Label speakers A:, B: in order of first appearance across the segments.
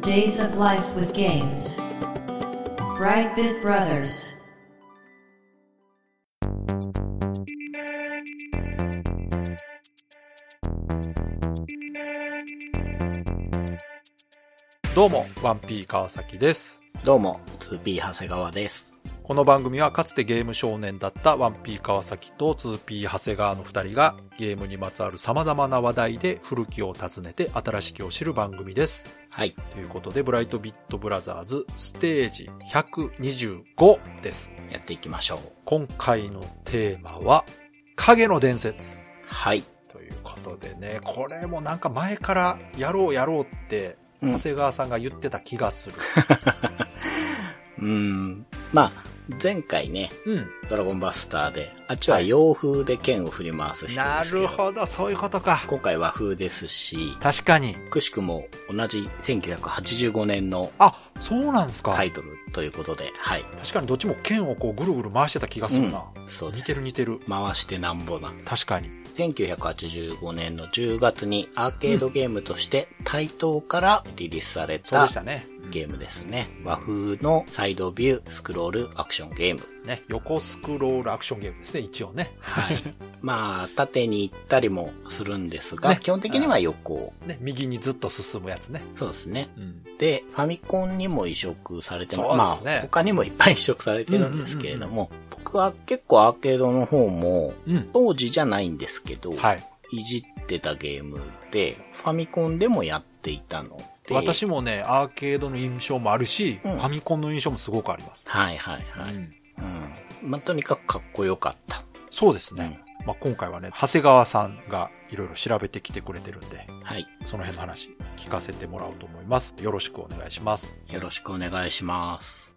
A: Days of Life with Games. Brightbit Brothers.
B: どうも、ワンピー川崎です。
C: どうも、2P 長谷川です。
B: この番組はかつてゲーム少年だったワンピー川崎と 2P 長谷川の2人がゲームにまつわる様々な話題で古きを訪ねて新しきを知る番組です。
C: はい。
B: ということで、ブライトビットブラザーズステージ125です。
C: やっていきましょう。
B: 今回のテーマは、影の伝説。
C: はい。
B: ということでね、これもなんか前からやろうやろうって、
C: うん
B: 長谷川さんが言ってた気がする。
C: うーん。まあ、前回ね、
B: うん。
C: ドラゴンバスターで、あっちは洋風で剣を振り回す人
B: な
C: ですけど。
B: るほど、そういうことか。
C: 今回和風ですし、
B: 確かに。
C: くしくも同じ1985年の
B: あ、そうなんですか。
C: タイトルということで、はい。
B: 確かにどっちも剣をこうぐるぐる回してた気がするな。
C: そうで
B: 似
C: す。
B: てる似てる。
C: 回してなんぼな。
B: 確かに。
C: 1985年の10月にアーケードゲームとして、台東からリリースされ
B: そうで
C: た
B: したね。
C: ゲームですね。和風のサイドビュー、スクロール、アクションゲーム。
B: ね、横スクロールアクションゲームですね、一応ね。
C: はい。 まあ、縦に行ったりもするんですが、
B: ね
C: 基本的には横。
B: ね、右にずっと進むやつね。
C: そうですね。
B: うん。
C: で、ファミコンにも移植されて
B: そう
C: ま
B: ですね
C: あ、他にもいっぱい移植されてるんですけれども、僕は結構アーケードの方も、
B: うん。
C: 当時じゃないんですけど、
B: はい。
C: い、じってたゲームで、ファミコンでもやっていたので、
B: 私もね、アーケードの印象もあるし、
C: うん
B: ファミコンの印象もすごくあります。
C: はいはいはい。
B: うん
C: うん。まあ、とにかくかっこよかった。
B: そうですね。まあ、今回はね、長谷川さんがいろいろ調べてきてくれてるんで、
C: はい。
B: その辺の話聞かせてもらおうと思います。よろしくお願いします。
C: よろしくお願いします。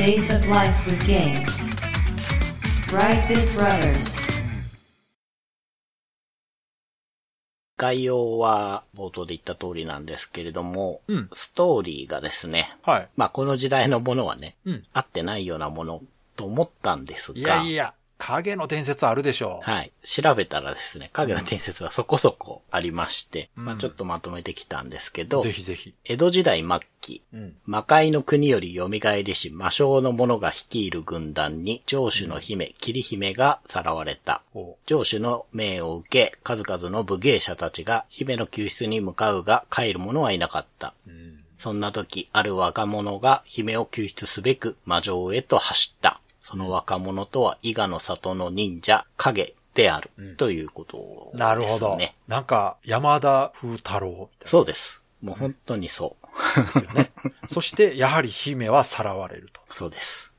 A: Days of Life with Games. Brightbit Brothers.
C: 概要は冒頭で言った通りなんですけれども、
B: うん。
C: ストーリーがですね、
B: はい。
C: まあこの時代のものはね、
B: うん。
C: 合ってないようなものと思ったんですが、
B: いやいや、影の伝説あるでしょう。
C: はい。調べたらですね、影の伝説はそこそこありまして、
B: うん
C: まあちょっとまとめてきたんですけど
B: ぜ、ひぜひ。
C: 江戸時代末期、
B: うん。
C: 魔界の国より蘇りし魔性の者が率いる軍団に城主の姫、霧姫がさらわれた。
B: お
C: 上司の命を受け、数々の武芸者たちが姫の救出に向かうが帰る者はいなかった。
B: うん。
C: そんな時、ある若者が姫を救出すべく魔城へと走った。その若者とは伊賀の里の忍者、影である。
B: うん
C: ということです、ね。
B: なるほど。なんか、山田風太郎みたい
C: そうです。もう本当にそう。
B: なんですよ ね。そして、やはり姫はさらわれると。
C: そうです。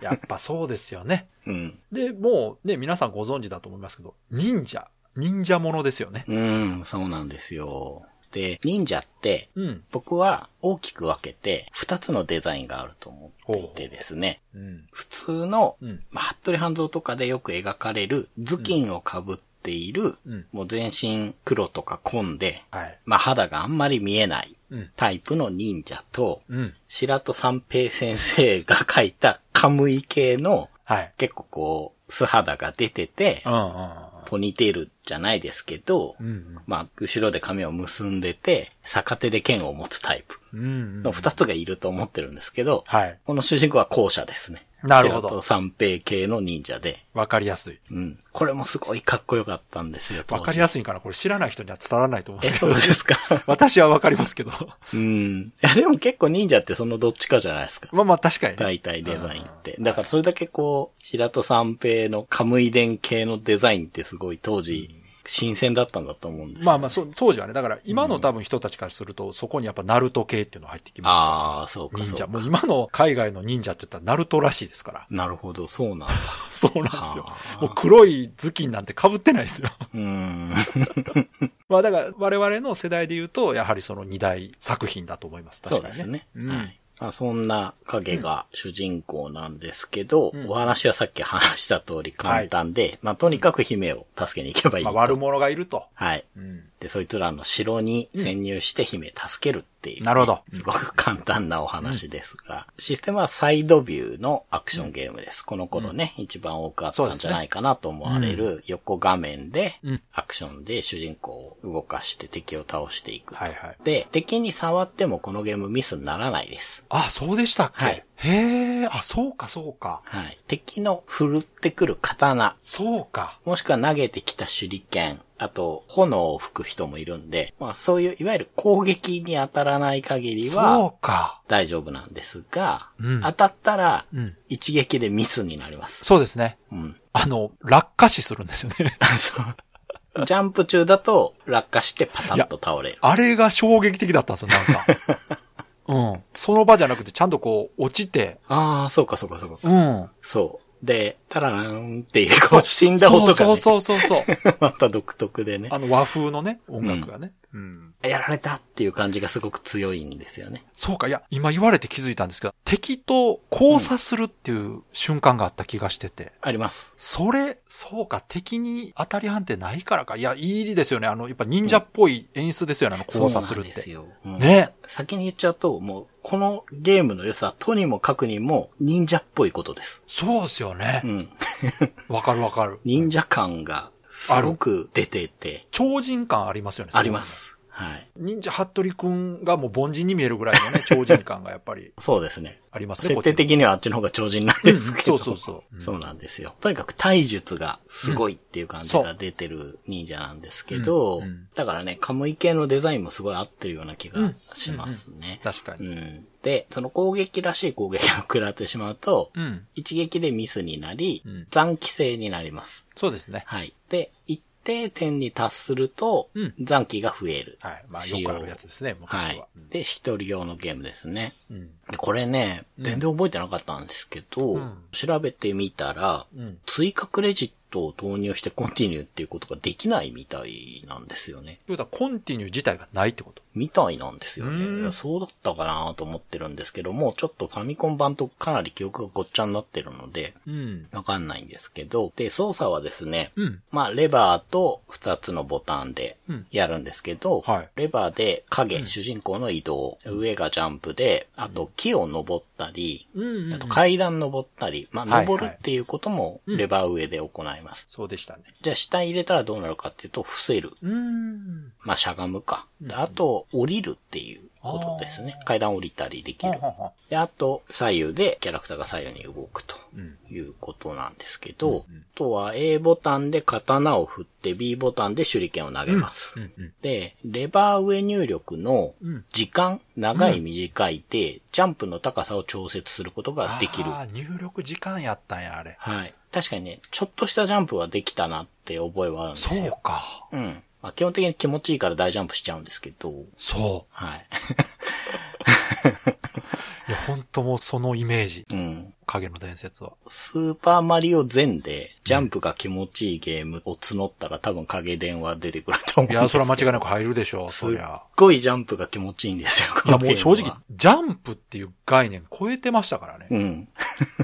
B: やっぱそうですよね。
C: うん。
B: で、もうね、皆さんご存知だと思いますけど、忍者。忍者ものですよね。
C: うん、そうなんですよ。で、忍者って、
B: うん。
C: 僕は大きく分けて二つのデザインがあると思っていてですね。
B: うん。
C: 普通の
B: うん。
C: まあ、服部半蔵とかでよく描かれる頭巾をかぶっている、
B: うん。
C: もう全身黒とか混んで、
B: はい。
C: まあ、肌があんまり見えない
B: うん。
C: タイプの忍者と、
B: うん。
C: 白戸三平先生が描いたカムイ系の
B: はい。
C: 結構こう、素肌が出てて
B: う、んうん
C: ポニーテールじゃないですけど、
B: うん。うん
C: まあ、後ろで髪を結んでて、逆手で剣を持つタイプ
B: うん。うん。
C: の二つがいると思ってるんですけど、
B: はい。
C: この主人公は後者ですね。
B: なるほど
C: 白戸三平系の忍者で、
B: わかりやすい。
C: うん。これもすごいかっこよかったんですよ。
B: わかりや
C: す
B: すいんかなこれ知らない人には伝わらないと思うん
C: え、
B: ですけ
C: そう
B: ど
C: で。すか。
B: 私はわかりますけど。
C: うん。いや、でも結構忍者ってそのどっちかじゃないですか。
B: まあまあ確かにね。
C: 大体デザインって。だからそれだけこう、平戸三平のカムイ伝系のデザインってすごい当時、新鮮だったんだと思うんですよ
B: まあまあ、そう、当時はね、だから今の多分人たちからすると、そこにやっぱナルト系っていうのが入ってきま
C: ああ、そう
B: す
C: か
B: よ。
C: そう
B: 忍者。
C: か。
B: もう今の海外の忍者って言ったらナルトらしいですから。
C: なるほど、そうなんだ。
B: そうなんですよ
C: あ。ー
B: もう黒い頭巾なんて被ってないですよ。
C: うん。
B: まあだから我々の世代で言うと、やはりその二大作品だと思います。
C: そ
B: 確
C: う
B: か
C: で
B: に
C: すね。
B: うん
C: はい。まあ、そんな影が主人公なんですけど、
B: うん
C: お話はさっき話した通り簡単で、まあとにかく姫を助けに行けばいい
B: まあ
C: と。
B: 悪者がいると。
C: はい。
B: うん。
C: で、そいつらの城に潜入して姫助けるっていう、
B: なるほど。
C: すごく簡単なお話ですが、システムはサイドビューのアクションゲームです。この頃ね、一番多くあったんじゃないかなと思われる横画面で
B: うん、
C: アクションで主人公を動かして敵を倒していくと。
B: はいはい。
C: で、敵に触ってもこのゲームミスにならないです。
B: あ、そうでしたっけ、
C: はい
B: へえ、あ、そうかそうか。
C: はい。敵の振るってくる刀、
B: そうか。
C: もしくは投げてきた手裏剣、あと炎を吹く人もいるんで、まあそういういわゆる攻撃に当たらない限りは
B: そうか。
C: 大丈夫なんですが、
B: うん
C: 当たったら
B: うん。
C: 一撃でミスになります。
B: そうですね。
C: うん。
B: あの、落下死するんですよね。
C: そうジャンプ中だと落下してパタッと倒れる。
B: あれが衝撃的だったんですよ、なん か。うん。その場じゃなくて、ちゃんとこう、落ちて。
C: ああ、そうかそうかそうか。
B: うん。
C: そう。で、タララーンっていう、こう死んだ音が、ね、
B: そうそうそうそうそう。
C: また独特でね。
B: あの、和風のね、音楽がね。うん
C: やられたっていう感じがすごく強いんですよね。
B: そうか、いや、今言われて気づいたんですけど、敵と交差するっていう瞬間があった気がしてて、
C: あります。
B: それ、そうか、敵に当たり判定ないからか。いや、いいですよね。あの、やっぱ忍者っぽい演出ですよね、あの、交差するっ
C: そ
B: て。
C: うなんですよ。うん
B: ね。
C: 先に言っちゃうと、もう、このゲームの良さ、とにもかくにも忍者っぽいことです。
B: そうですよね
C: う。ん。
B: わ、かるわかる。
C: 忍者感がすごく出てて、
B: 超人感ありますよね。
C: ありま。す。はい。
B: 忍者ハットリくんがもう凡人に見えるぐらいの ね、超人感がやっぱり
C: そうですね。
B: あります ね、
C: 設定
B: こっち
C: 的にはあっちの方が超人なんですけど。
B: うんそうそうそううん
C: そうなんですよ。とにかく体術がすごいっていう感じ
B: うんそ
C: が
B: う
C: 出てる忍者なんですけ
B: う
C: ど、
B: んうん
C: だからね、カムイ系のデザインもすごい合ってるような気がしますね。
B: の。確か
C: う
B: に。
C: ん。で、その攻撃らしい攻撃を食らってしまうと、
B: うん。
C: 一撃でミスになり
B: うん、
C: 残機制になります。
B: そうですね。
C: はい。で、一定点に達すると
B: うん、
C: 残機が増える。
B: はい。まあ、よくあるやつですね、昔は。
C: はい。で、一人用のゲームですね。
B: うん。
C: でこれね、全然覚えてなかったんですけど、
B: うん
C: 調べてみたら、
B: うん。
C: 追加クレジットを投入してコンティニューっていうことができないみたいなんですよね。
B: ということは、コンティニュー自体がないってこと
C: みたいなんですよ
B: うん
C: ね。いやそうだったかなと思ってるんですけども、ちょっとファミコン版とかなり記憶がごっちゃになってるので、
B: うん。
C: わかんないんですけど、で、操作はですね、
B: うん。
C: まあ、レバーと2つのボタンで
B: うん
C: やるんですけど、
B: はい
C: レバーで影、主人公の移動、上がジャンプで、あと木を登ったり、
B: うん、
C: あと階段登ったり、まあ、
B: はいはい
C: 登るっていうこともレバー上で行います。
B: そうでしたね。
C: じゃあ下入れたらどうなるかっていうと、伏せる。
B: うん。
C: まあ、しゃがむか。で
B: うん
C: あと、降りるっていうことですね。階段降りたりでき
B: は
C: る。
B: はは。
C: で、あと、左右でキャラクターが左右に動くと。
B: うん。
C: いうことなんですけど、
B: うんうん
C: あとは A ボタンで刀を振って B ボタンで手裏剣を投げます。
B: うん。うん。
C: で、レバー上入力の
B: うん
C: 時間、長い短いで、ジャンプの高さを調節することができる。
B: ああ、入力時間やったんや、あれ。
C: はい。確かにね、ちょっとしたジャンプはできたなって覚えはあるんです
B: そう
C: よ。
B: か。
C: うん。まあ、基本的に気持ちいいから大ジャンプしちゃうんですけど、
B: そ
C: はい。
B: う。いや、本当もうそのイメージ。
C: うん。
B: 影の伝説は。
C: スーパーマリオ全で、ジャンプが気持ちいいゲームを募ったら多分影電話出てくると思うんで
B: い
C: すけど。
B: や、それは間違いなく入るでしょう、
C: す
B: そ
C: っ
B: りゃ。
C: ごいジャンプが気持ちいいんですよ、
B: い
C: こ
B: や、
C: の
B: もう
C: ゲームは
B: 正直。、ジャンプっていう概念超えてましたからね。
C: うん。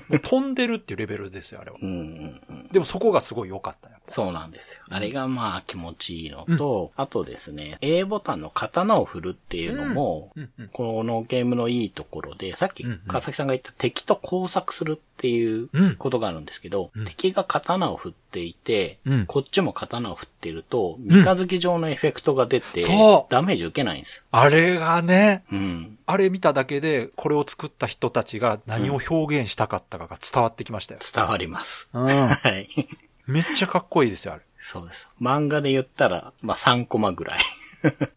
B: もう飛んでるっていうレベルですよ、あれは
C: う。んうんうん。
B: でもそこがすごい良かったよ。
C: そうなんですよ。あれがまあ気持ちいいのと、あとですね、A ボタンの刀を振るっていうのも、
B: うんうん。
C: このゲームのいいところで、さっき
B: うんうん
C: 川崎さんが言った敵と交錯するっていう
B: うん
C: ことがあるんですけど、
B: うん
C: 敵が刀を振っていて、
B: うん
C: こっちも刀を振ってると、三日月状のエフェクトが出て、
B: そう
C: ダメージ受けないんですよ。
B: あれがね、
C: うん。
B: あれ見ただけで、これを作った人たちが何を表現したかったかが伝わってきましたよ。
C: 伝わります。
B: うん。
C: はい。
B: めっちゃかっこいいですよ、あれ。
C: そうです。漫画で言ったら、まあ、3コマぐらい。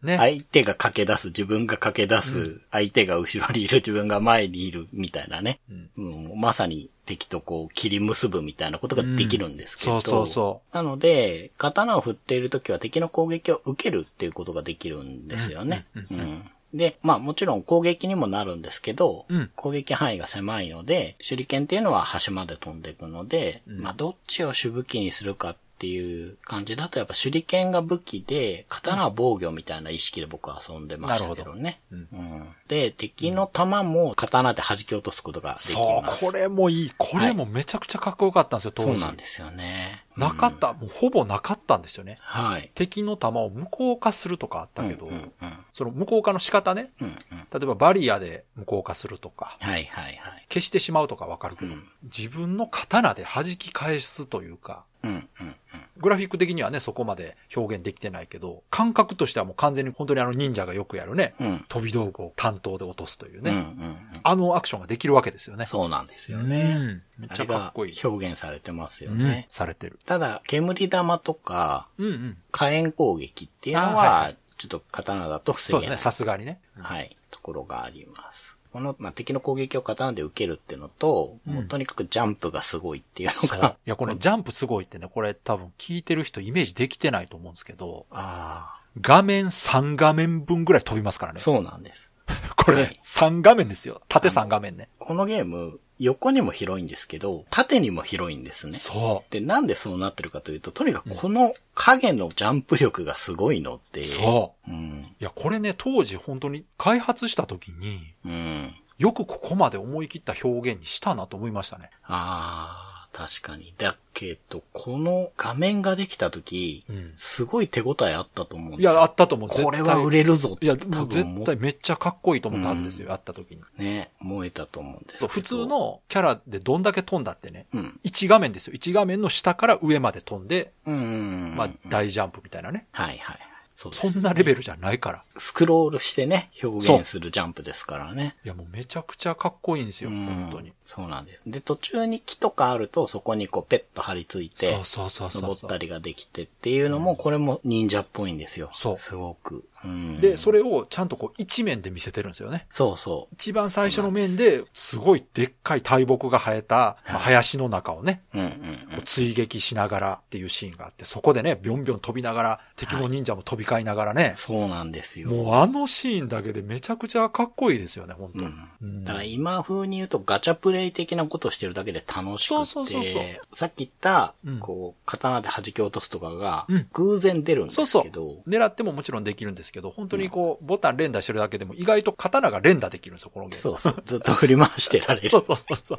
B: ね。
C: 相手が駆け出す、自分が駆け出す、相手が後ろにいる、自分が前にいる、みたいなね。
B: うん
C: うん、まさに敵とこう、切り結ぶみたいなことができるんですけど。
B: そうそうそう。
C: なので、刀を振っているときは敵の攻撃を受けるっていうことができるんですよね。
B: うんうんうん
C: で、まあもちろん攻撃にもなるんですけど、
B: うん
C: 攻撃範囲が狭いので、手裏剣っていうのは端まで飛んでいくので、
B: うん
C: まあどっちを主武器にするかってっていう感じだと、やっぱ手裏剣が武器で、刀は防御みたいな意識で僕は遊んでましたけどね。
B: うん
C: うんで、敵の弾も刀で弾き落とすことができ
B: そ
C: ます。
B: う、これもいい。これもめちゃくちゃかっこよかったんですよ、当
C: そう
B: 時。
C: なんですよね。
B: なかっ
C: うん
B: た、もうほぼなかったんですよね。
C: はい。
B: 敵の弾を無効化するとかあったけど、
C: うんうんうん
B: その無効化の仕方ね。
C: うんうん
B: 例えばバリアで無効化するとか、
C: はいはいはい。
B: 消してしまうとかわかるけど、
C: うん
B: 自分の刀で弾き返すというか、
C: うんうんうん。
B: グラフィック的にはね、そこまで表現できてないけど、感覚としてはもう完全に本当にあの忍者がよくやるね、
C: うん。
B: 飛び道具を担当で落とすという
C: う
B: ね、
C: んうんうん。
B: あのアクションができるわけですよね。
C: そうなんですよ
B: う
C: ね。
B: んめっ
C: あ
B: ちゃ
C: れ
B: かっ
C: が
B: こいい。
C: 表現されてますよ
B: うん
C: ね。
B: されてる。
C: ただ、煙玉とか、
B: うんうん。
C: 火炎攻撃っていうの
B: あはいは
C: は、ちょっと刀だと
B: そ
C: 防
B: うで
C: げ
B: すね、
C: ない。
B: さすがにね。
C: はい、ところがあります。この、まあ、敵の攻撃を刀で受けるっていうのと、
B: うん
C: もうとにかくジャンプがすごいっていうの
B: そうい
C: が、
B: や、このジャンプすごいってね、これ多分聞いてる人イメージできてないと思うんですけど、
C: あ
B: 画面3画面分ぐらい飛びますから
C: あ、
B: ね。
C: そうなんです。
B: こ
C: は
B: れ
C: い、
B: 3画面ですよ。縦3画面ね。
C: このゲーム、横にも広いんですけど、縦にも広いんですね。
B: そ
C: で、なんでそうなってるかというと、とにかくこの影のジャンプ力がすごいのって
B: う。
C: いう。。
B: そう
C: うん。
B: う。いや、これね、当時本当に開発した時に、
C: うん。
B: よくここまで思い切った表現にしたなと思いましたね。
C: ああ、確かに。だけど、この画面ができた時、
B: うん。
C: すごい手応えあったと思うんです
B: い
C: よ。
B: や、あったと思う。
C: これ
B: 絶
C: は
B: 対
C: 売れるぞって
B: いや、も
C: 多
B: う
C: 分思
B: 絶
C: っ
B: 対めっちゃかっこいいと思ったはずですよ、やった時に。
C: ね、燃えたと思うんですけ
B: そう
C: ど。
B: 普通、のキャラでどんだけ飛んだってね、
C: うん。
B: 1画面ですよ。1画面の下から上まで飛んで、
C: うん。
B: まあ
C: うん、
B: 大ジャンプみたいなね。
C: はいはい。そうです
B: そんなレベルじゃないから。
C: スクロールしてね、表現するジャンプですからね。
B: いや、もうめちゃくちゃかっこいいんですよ、
C: うん
B: 本当に。。
C: そうなんです。で、途中に木とかあると、そこにこう、ペッと張り付いて
B: そう、そうそうそう
C: 登っ
B: そ
C: た
B: う。
C: りができてっていうの
B: う
C: も、
B: ん
C: これも忍者っぽいんですよ。
B: そう
C: すごく。うん。
B: で、そ。れをちゃんとこう一面で見せてるんですよね。
C: そうそう。
B: 一番最初の面で、すごいでっかい大木が生えた、まあ
C: はい
B: 林の中をね、
C: うんうんうん。
B: 追撃しながらっていうシーンがあって、そこでね、ビョンビョン飛びながら、敵の忍者も飛び交いながらね、
C: そうなんですよ。
B: もうあのシーンだけでめちゃくちゃかっこいいですよね、本当に。
C: う
B: うん
C: だから今風に言うとガチャプレイ的なことしてるだけで楽しくて、
B: そうそうそうそう
C: さっき言った
B: うん、
C: こう、刀で弾き落とすとかが
B: うん、
C: 偶然出るんですけど、
B: そう狙ってももちろんできるんですけど、本当にこう、ボタン連打してるだけでも意外と刀が連打できるんですよ、このゲーム。
C: そうそうずっと振り回してられ る。
B: そうそうそうそう。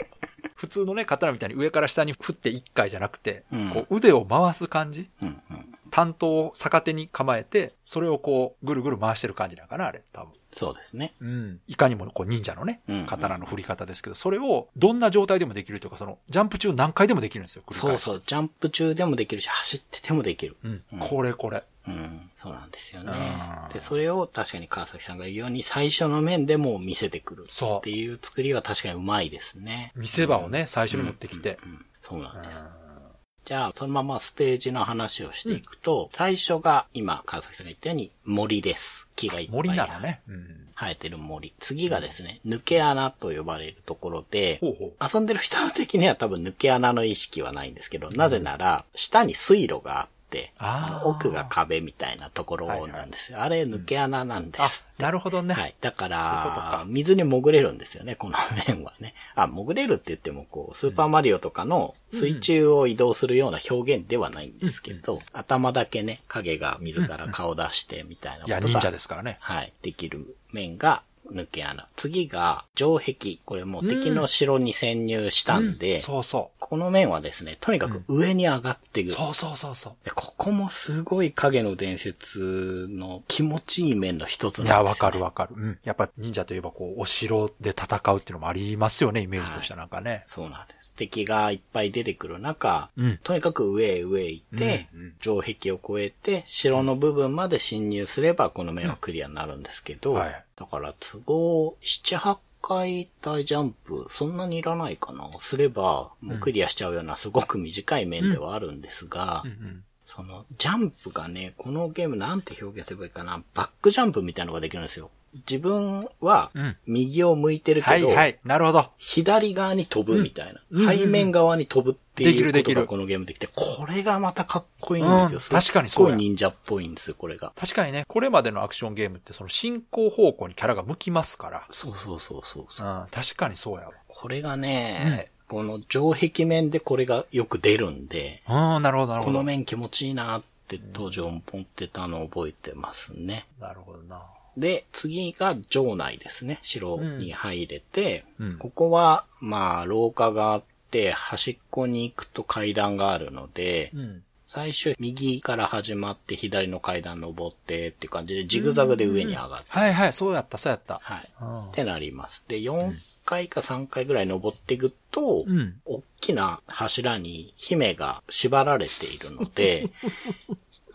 B: 普通のね、刀みたいに上から下に振って一回じゃなくて、
C: うん
B: こう腕を回す感じ
C: うんうん
B: 担当を逆手に構えて、それをこう、ぐるぐる回してる感じなのかな、あれ、多分。
C: そうですね。
B: うん。いかにもこう忍者のね
C: うんうん、
B: 刀の振り方ですけど、それをどんな状態でもできるというか、その、ジャンプ中何回でもできるんですよ、繰り
C: そう
B: 返し
C: そう、ジャンプ中でもできるし、走っててもできる。
B: うん
C: う。ん
B: これこれ。
C: うん、そうなんですよね
B: あ。ー
C: で、それを確かに川崎さんが言うように、最初の面でもう見せてくる
B: そう
C: っていう作りは確かにうまいですね。
B: 見せ場をね、最初に持ってきて。
C: うんうんうんそうなんです。じゃあ、そのままステージの話をしていくと、最初が今、川崎さんが言ったように森です。木がいっぱい
B: 森ならね。うん。
C: 生えてる森。次がですね、抜け穴と呼ばれるところで、
B: ほうほ
C: 遊んでる人的には多分抜け穴の意識はないんですけど、なぜなら、下に水路があって、
B: あー
C: の奥が壁みたいなところなんですよ。あれ抜け穴なんで
B: う。あ
C: す。、
B: なるほどね。
C: はい。だか
B: そういうこと
C: ら
B: か、
C: 水に潜れるんですよね、この面はね。あ、潜れるって言っても、こう、スーパーマリオとかの水中を移動するような表現ではないんですけど、頭だけね、影が水から顔出してみたいなこと
B: いや、
C: が
B: 忍者ですからね。
C: はい。できる面が抜け穴。次が城壁。これもう敵の城に潜入したんで、
B: うそうそ。
C: この面はですね、とにかく上に上がっていうく。
B: そうそうそうそ
C: でここもすごい影の伝説の気持ちいい面の一つ
B: う。
C: な
B: い
C: んですよ、ね。
B: や、わかるわかる。うん。やっぱ忍者といえばこう、お城で戦うっていうのもありますよね、イメージとしてはなんかね。
C: そうなんです。敵がいっぱい出てくる中、
B: うん。
C: とにかく上へ上へ行って、
B: うんうん
C: 城壁を越えて、城の部分まで侵入すれば、この面はクリアになるんですけど、
B: うんはい
C: だから都合7、8回大ジャンプ、そんなにいらないかな、すれば、もうクリアしちゃうようなすごく短い面ではあるんですが、
B: うんうん。
C: その、ジャンプがね、このゲームなんて表現すればいいかな、バックジャンプみたいなのができるんですよ。自分は
B: うん、
C: 右を向いてる
B: は
C: け
B: い
C: ど、
B: はい。なるほど。
C: 左側に飛ぶみたいな。
B: うんうんうんうん
C: 背面側に飛ぶって
B: でき
C: い
B: る
C: う
B: で
C: こ
B: き
C: と
B: る
C: がこのゲームできて、これがまたかっこいいんですよ。
B: うん確かにそうや
C: すっごい忍者っぽいんですよ、これが。
B: 確かにね、これまでのアクションゲームってその進行方向にキャラが向きますから。
C: そうそうそうそ
B: う
C: う。
B: ん、確かにそうやわ。
C: これがね、この上壁面でこれがよく出るんで、
B: ああ、なるほど、なるほ
C: この
B: ど。
C: 面気持ちいいなって当時思ってたのを覚えてますね。
B: なるほどな。
C: で、次が城内ですね。城に入れて、
B: うん
C: ここは、まあ、廊下があって、端っこに行くと階段があるので、
B: うん。
C: 最初右から始まって左の階段登ってっていう感じで、ジグザグで上に上がる。
B: はいはい、そうやった、そうやった。
C: はい。
B: うん
C: ってなります。で、4回か3回ぐらい登っていくと、
B: うん。
C: 大きな柱に姫が縛られているの で、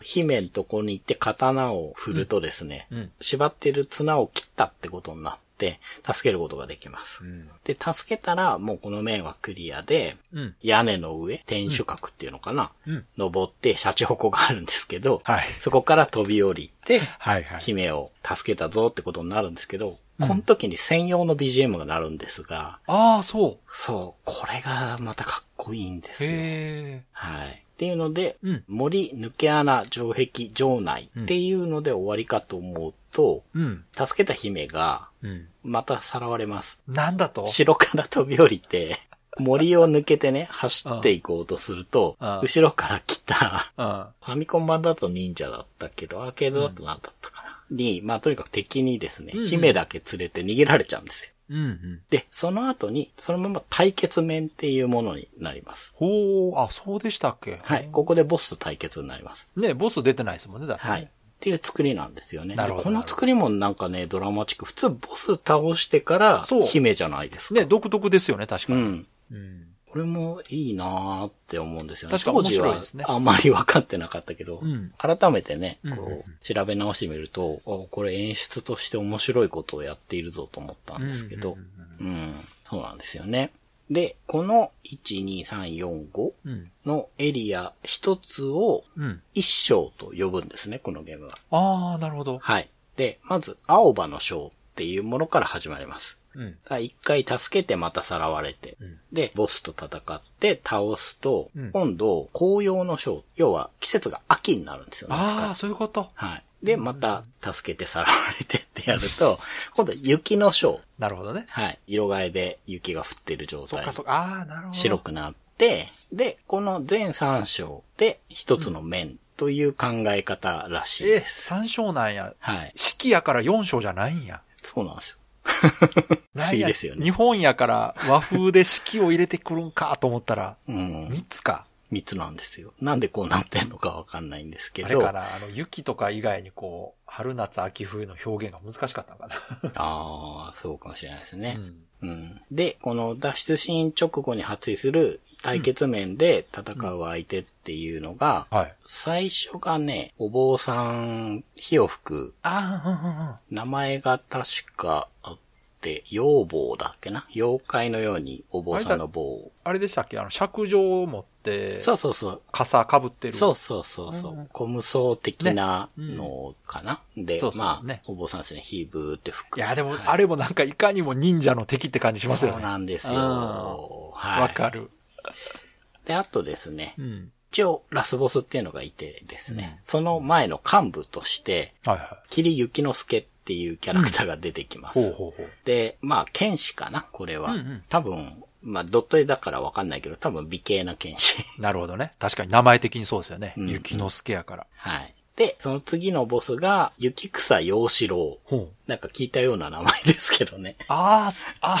C: 姫のとこに行って刀を振るとですね、
B: うん。
C: 縛ってる綱を切ったってことになって、助けることができます。
B: うん。
C: で、助けたら、もうこの面はクリアで、
B: うん。
C: 屋根の上、天守閣っていうのかな、
B: うん。
C: 登って、シャチホコがあるんですけど、
B: はい。
C: そこから飛び降りて、
B: はいはい。
C: 姫を助けたぞってことになるんですけど、
B: うん
C: この時に専用の BGM が鳴るんですが、
B: ああ、そ
C: そう、これがまたかっこいいんで
B: う。
C: すよ。
B: へえ。
C: はい。っていうので、
B: うん
C: 森、抜け穴、城壁、城内っていうので終わりかと思うと、
B: うん。
C: 助けた姫が、
B: うん。
C: またさらわれます。
B: なんだと
C: 城から飛び降りて、森を抜けてね、走っていこうとすると
B: うんうん、
C: 後ろから来た、
B: うん。
C: ファミコン版だと忍者だったけど、アーケードだと何だったかな。に、まあとにかく敵にですね
B: うんうん、
C: 姫だけ連れて逃げられちゃうんですよ。
B: うんうん。
C: で、その後に、そのまま対決面っていうものになります。
B: ほう、あ、そうでしたっけ
C: はい。。ここでボスと対決になります。
B: ね、ボス出てないですもんね、だってね
C: はい。っ。ていう作りなんですよね。
B: な
C: で
B: るほど
C: この作りもなんかね、ドラマチック。普通ボス倒してから
B: そう、
C: 姫じゃないですか。
B: ね、独特ですよね、確か
C: う
B: に。
C: ん。
B: うん。
C: これもいいなーって思うんですよね。
B: 確かに面白い
C: 当
B: です
C: 時
B: ね
C: はあんまり分かってなかったけど、
B: うん
C: 改めてね、
B: うんうん
C: こう、調べ直してみると、あこれ演出として面白いことをやっているぞと思ったんですけど、
B: うん
C: うんそうなんですよね。で、この12345
B: うんうん。
C: のエリア一つを
B: うん。うん。
C: 一章と呼ぶんですね、このゲームは。
B: ああ、なるほど。
C: はい。で、まず、青葉の章っていうものから始まります。
B: うん。
C: だから一回助けてまたさらわれて、
B: うん
C: で、ボスと戦って倒すと、
B: うん
C: 今度、紅葉の章、要は季節が秋になるんですよね。
B: ああ、そういうこと。
C: はい。で、また助けてさらわれてってやる と、今度雪の章、
B: なるほどね。
C: はい。色替えで雪が降ってる状
B: そっ
C: 態
B: か、そっか。ああ、なるほど。
C: 白くなって、で、この全3章で一つの面という考え方らしい
B: え
C: で、す。
B: 三章なんや。
C: はい。
B: 四季やから四章じゃないんや。
C: そうなんですよ。不
B: な
C: 思
B: ん
C: 議
B: や
C: ですよ
B: 日
C: ね。
B: 本やから和風で四季を入れてくるんかと思ったら、
C: うん。
B: 三つか。
C: 三つなんですよ。なんでこうなってんのかわかんないんですけ
B: あれ
C: ど。
B: かな、あの、雪とか以外にこう、春夏秋冬の表現が難しかったのかな。
C: ああ、そうかもしれないですね
B: う、ん
C: うんで、この脱出シーン直後に発生する対決面で戦う相手っていうのが、
B: はい。
C: 最初がね、お坊さん、火を吹く、
B: ああ、うんうんうん。
C: 名前が確かあって、妖坊だっけな妖怪のようにお坊さんの棒を。
B: あれでしたっけあの、尺状を持って、
C: そうそうそう。
B: 傘被ってる。。
C: そうそうそうそううん小無双的なのかな、で、
B: そうそう
C: まあ、
B: ね
C: お坊さんですね、火ブーって吹く。
B: いや、でも、
C: はい
B: あれもなんかいかにも忍者の敵って感じしますよ
C: そう
B: ね。
C: なんですよ。
B: うん
C: はい。
B: わかる。
C: で、あとですね
B: う、ん。
C: 一応ラスボスっていうのがいてですね、
B: う
C: その前の幹部として、
B: はいは
C: 霧雪之助っていうキャラクターが出てきま
B: い。
C: す。
B: ほうほうほう。
C: で、まあ、剣士かな、これは。
B: うんうん
C: 多分、まあ、ドット絵だからわかんないけど、多分美形な剣士。
B: なるほどね。確かに名前的にそうですよね。
C: うん
B: 雪之助やから。
C: はい。で、その次のボスが、雪草陽志郎。
B: ほう。
C: なんか聞いたような名前ですけどね。
B: ああ、すあ、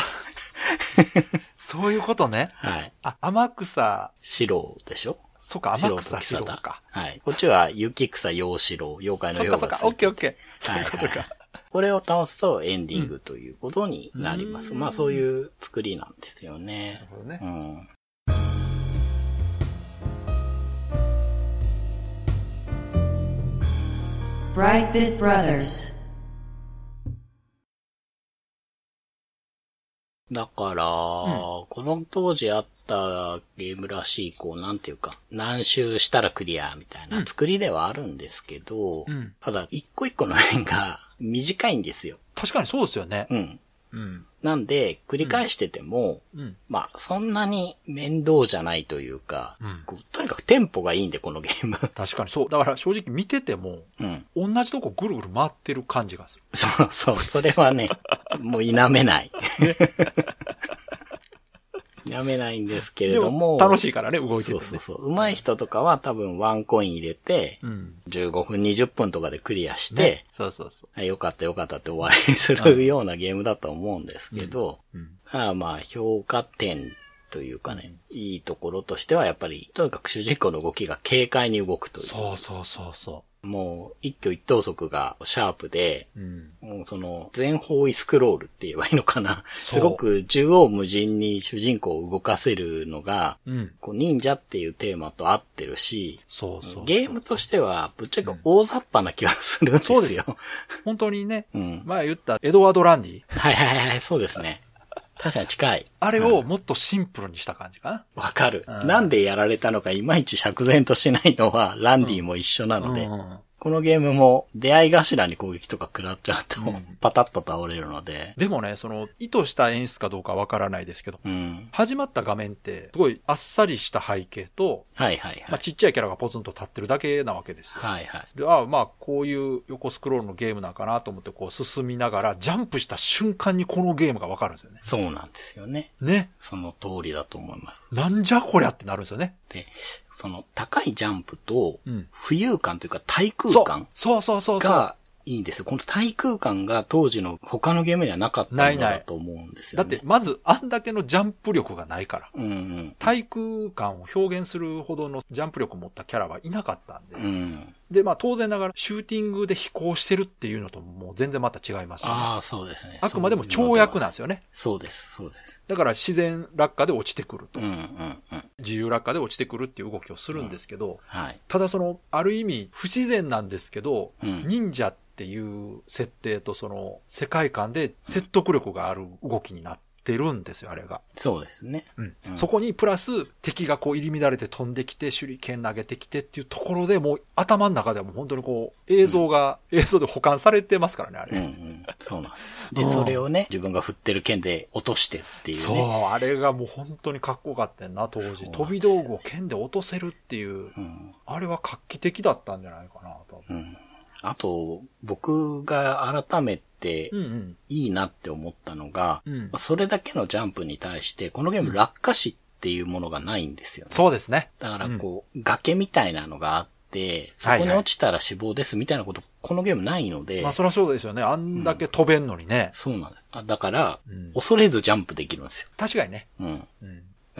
B: そういうことね。
C: はい。
B: あ、天草、
C: 四郎でしょ
B: そうか、天草四郎
C: 白と
B: か。
C: 草だはい。こっちは雪草陽志郎、妖怪の
B: そっ
C: 妖
B: か
C: が
B: そっ
C: ついて
B: かオ
C: て、
B: ッケーオッケー。そう
C: はいいう
B: こ
C: は
B: と
C: いはい
B: か。。
C: これを倒すとエンディングということになります。まあそういう作りなんですよね。
B: ほどね
C: うん。
A: Brightbit Brothers.
C: だから、この当時あったゲームらしい、こう、なんていうか、何周したらクリアみたいな作りではあるんですけど、
B: うん。
C: ただ、一個一個の面が 短いんですよ。
B: 確かにそうですよね
C: う。ん。
B: うん。
C: なんで、繰り返してても、
B: うん。
C: まあ、そんなに面倒じゃないというか、
B: うん
C: こうとにかくテンポがいいんで、このゲーム。
B: 確かにそう。だから正直見てても、
C: うん。
B: 同じとこぐるぐる回ってる感じがする。
C: そ う そう、それはね、もう否めない。やめないんですけれ
B: で
C: ども
B: も、、楽しいからね、動いて
C: そ
B: る
C: う
B: と
C: そう
B: ね。
C: そう。上手い人とかは多分ワンコイン入れて、
B: うん。
C: 15分20分とかでクリアして、
B: ね、そうそうそ
C: はいよかったよかったって終わりにするようなゲームだと思うんですけど、
B: う。うん。
C: ああまあ評価点というかね、いいところとしてはやっぱり、とにかく主人公の動きが軽快に動くとい。
B: そうそうそうそう
C: もう一挙一投足がシャープで、
B: う。うん。
C: もうその全方位スクロールって言えばいいのかな。
B: そう
C: すごく縦横無尽に主人公を動かせるのが、
B: うん。
C: こう忍者っていうテーマと合ってるし、
B: そうそう。
C: ゲームとしてはぶっちゃけ大雑把な気がするんですよ。
B: そうですよ本当にね、
C: うん。
B: 前言ったエドワード・ランディ、
C: はいはいはいはい、そうですね。確かに近い。
B: あれをもっとシンプルにした感じか
C: わかる。
B: うん
C: なんでやられたのかいまいち釈然としないのは、ランディも一緒な
B: な。
C: ので、
B: うんうんうん
C: このゲームも出会い頭に攻撃とか食らっちゃうと、
B: うん
C: パタッと倒れるので、
B: でもね、その、意図した演出かどうかわからないですけど、
C: うん。
B: 始まった画面って、すごいあっさりした背景と、
C: はいはい
B: ま
C: は
B: あ、
C: い。
B: ちっちゃいキャラがポツンと立ってるだけなわけですよ。
C: はいはい。
B: で、ああ、まあ、こういう横スクロールのゲームなんかなと思って、こう進みながら、ジャンプした瞬間にこのゲームがわかるんですよね。
C: そうなんですよね。
B: ね。
C: その通りだと思います。
B: なんじゃこりゃってなるんですよね。
C: で、その高いジャンプと
B: う、ん。
C: 浮遊感というか対空間
B: そうそうそうそうそう。
C: がいいんですよ。この対空間が当時の他のゲームにはなかったも
B: な
C: の
B: いない
C: だと思うんです
B: だ
C: よ
B: っ
C: ね。
B: て、、まず、あんだけのジャンプ力がないから。
C: うんうん。
B: 対空感を表現するほどのジャンプ力を持ったキャラはいなかったんで。
C: うん。
B: で、まあ当然ながらシューティングで飛行してるっていうのともう全然また違いますしね、
C: ああ、そうですね。
B: あくまでも跳躍なんんですよね。
C: そうです、そうです。
B: だから自然落下で落ちてくる
C: う
B: と
C: ん、う。ん、うん。
B: 自由落下で落ちてくるっていう動きをするんですけど、
C: はい。
B: ただその、ある意味不自然なんですけど、
C: うん
B: 忍者っていう設定とその世界観で説得力がある動きになってるんですよ、あれが。
C: そうですね。
B: うん
C: うん
B: そこにプラス敵がこう入り乱れて飛んできて手裏剣投げてきてっていうところでもう頭の中ではもう本当にこう映像が、映像で保管されてますからね、あ
C: うん、う
B: れ。
C: ん。そうなんです。
B: うん
C: で、それをね、自分が振ってる剣で落としてっていう
B: そう、
C: ね。
B: あれがもう本当にかっこよかったよな、当
C: そう
B: 時。
C: なんですよ
B: 飛び道具を剣で落とせるっていう、
C: うん。
B: あれは画期的だったんじゃないかなと。
C: うん。あと、僕が改めて
B: うんうん。
C: いいなって思ったのが、
B: うん
C: まあそれだけのジャンプに対して、このゲーム落下死っていうものがないんですよね。
B: そうですね。
C: だからこう、崖みたいなのがあって、そ
B: はいは
C: こ
B: い
C: に落ちたら死亡ですみたいなこと、このゲームないので、
B: まあそりゃそうですよね。あんだけ飛べんのにね。
C: そうなんです。あだから、
B: うん
C: 恐れずジャンプできるんですよ。
B: 確かにね。
C: うん。
B: う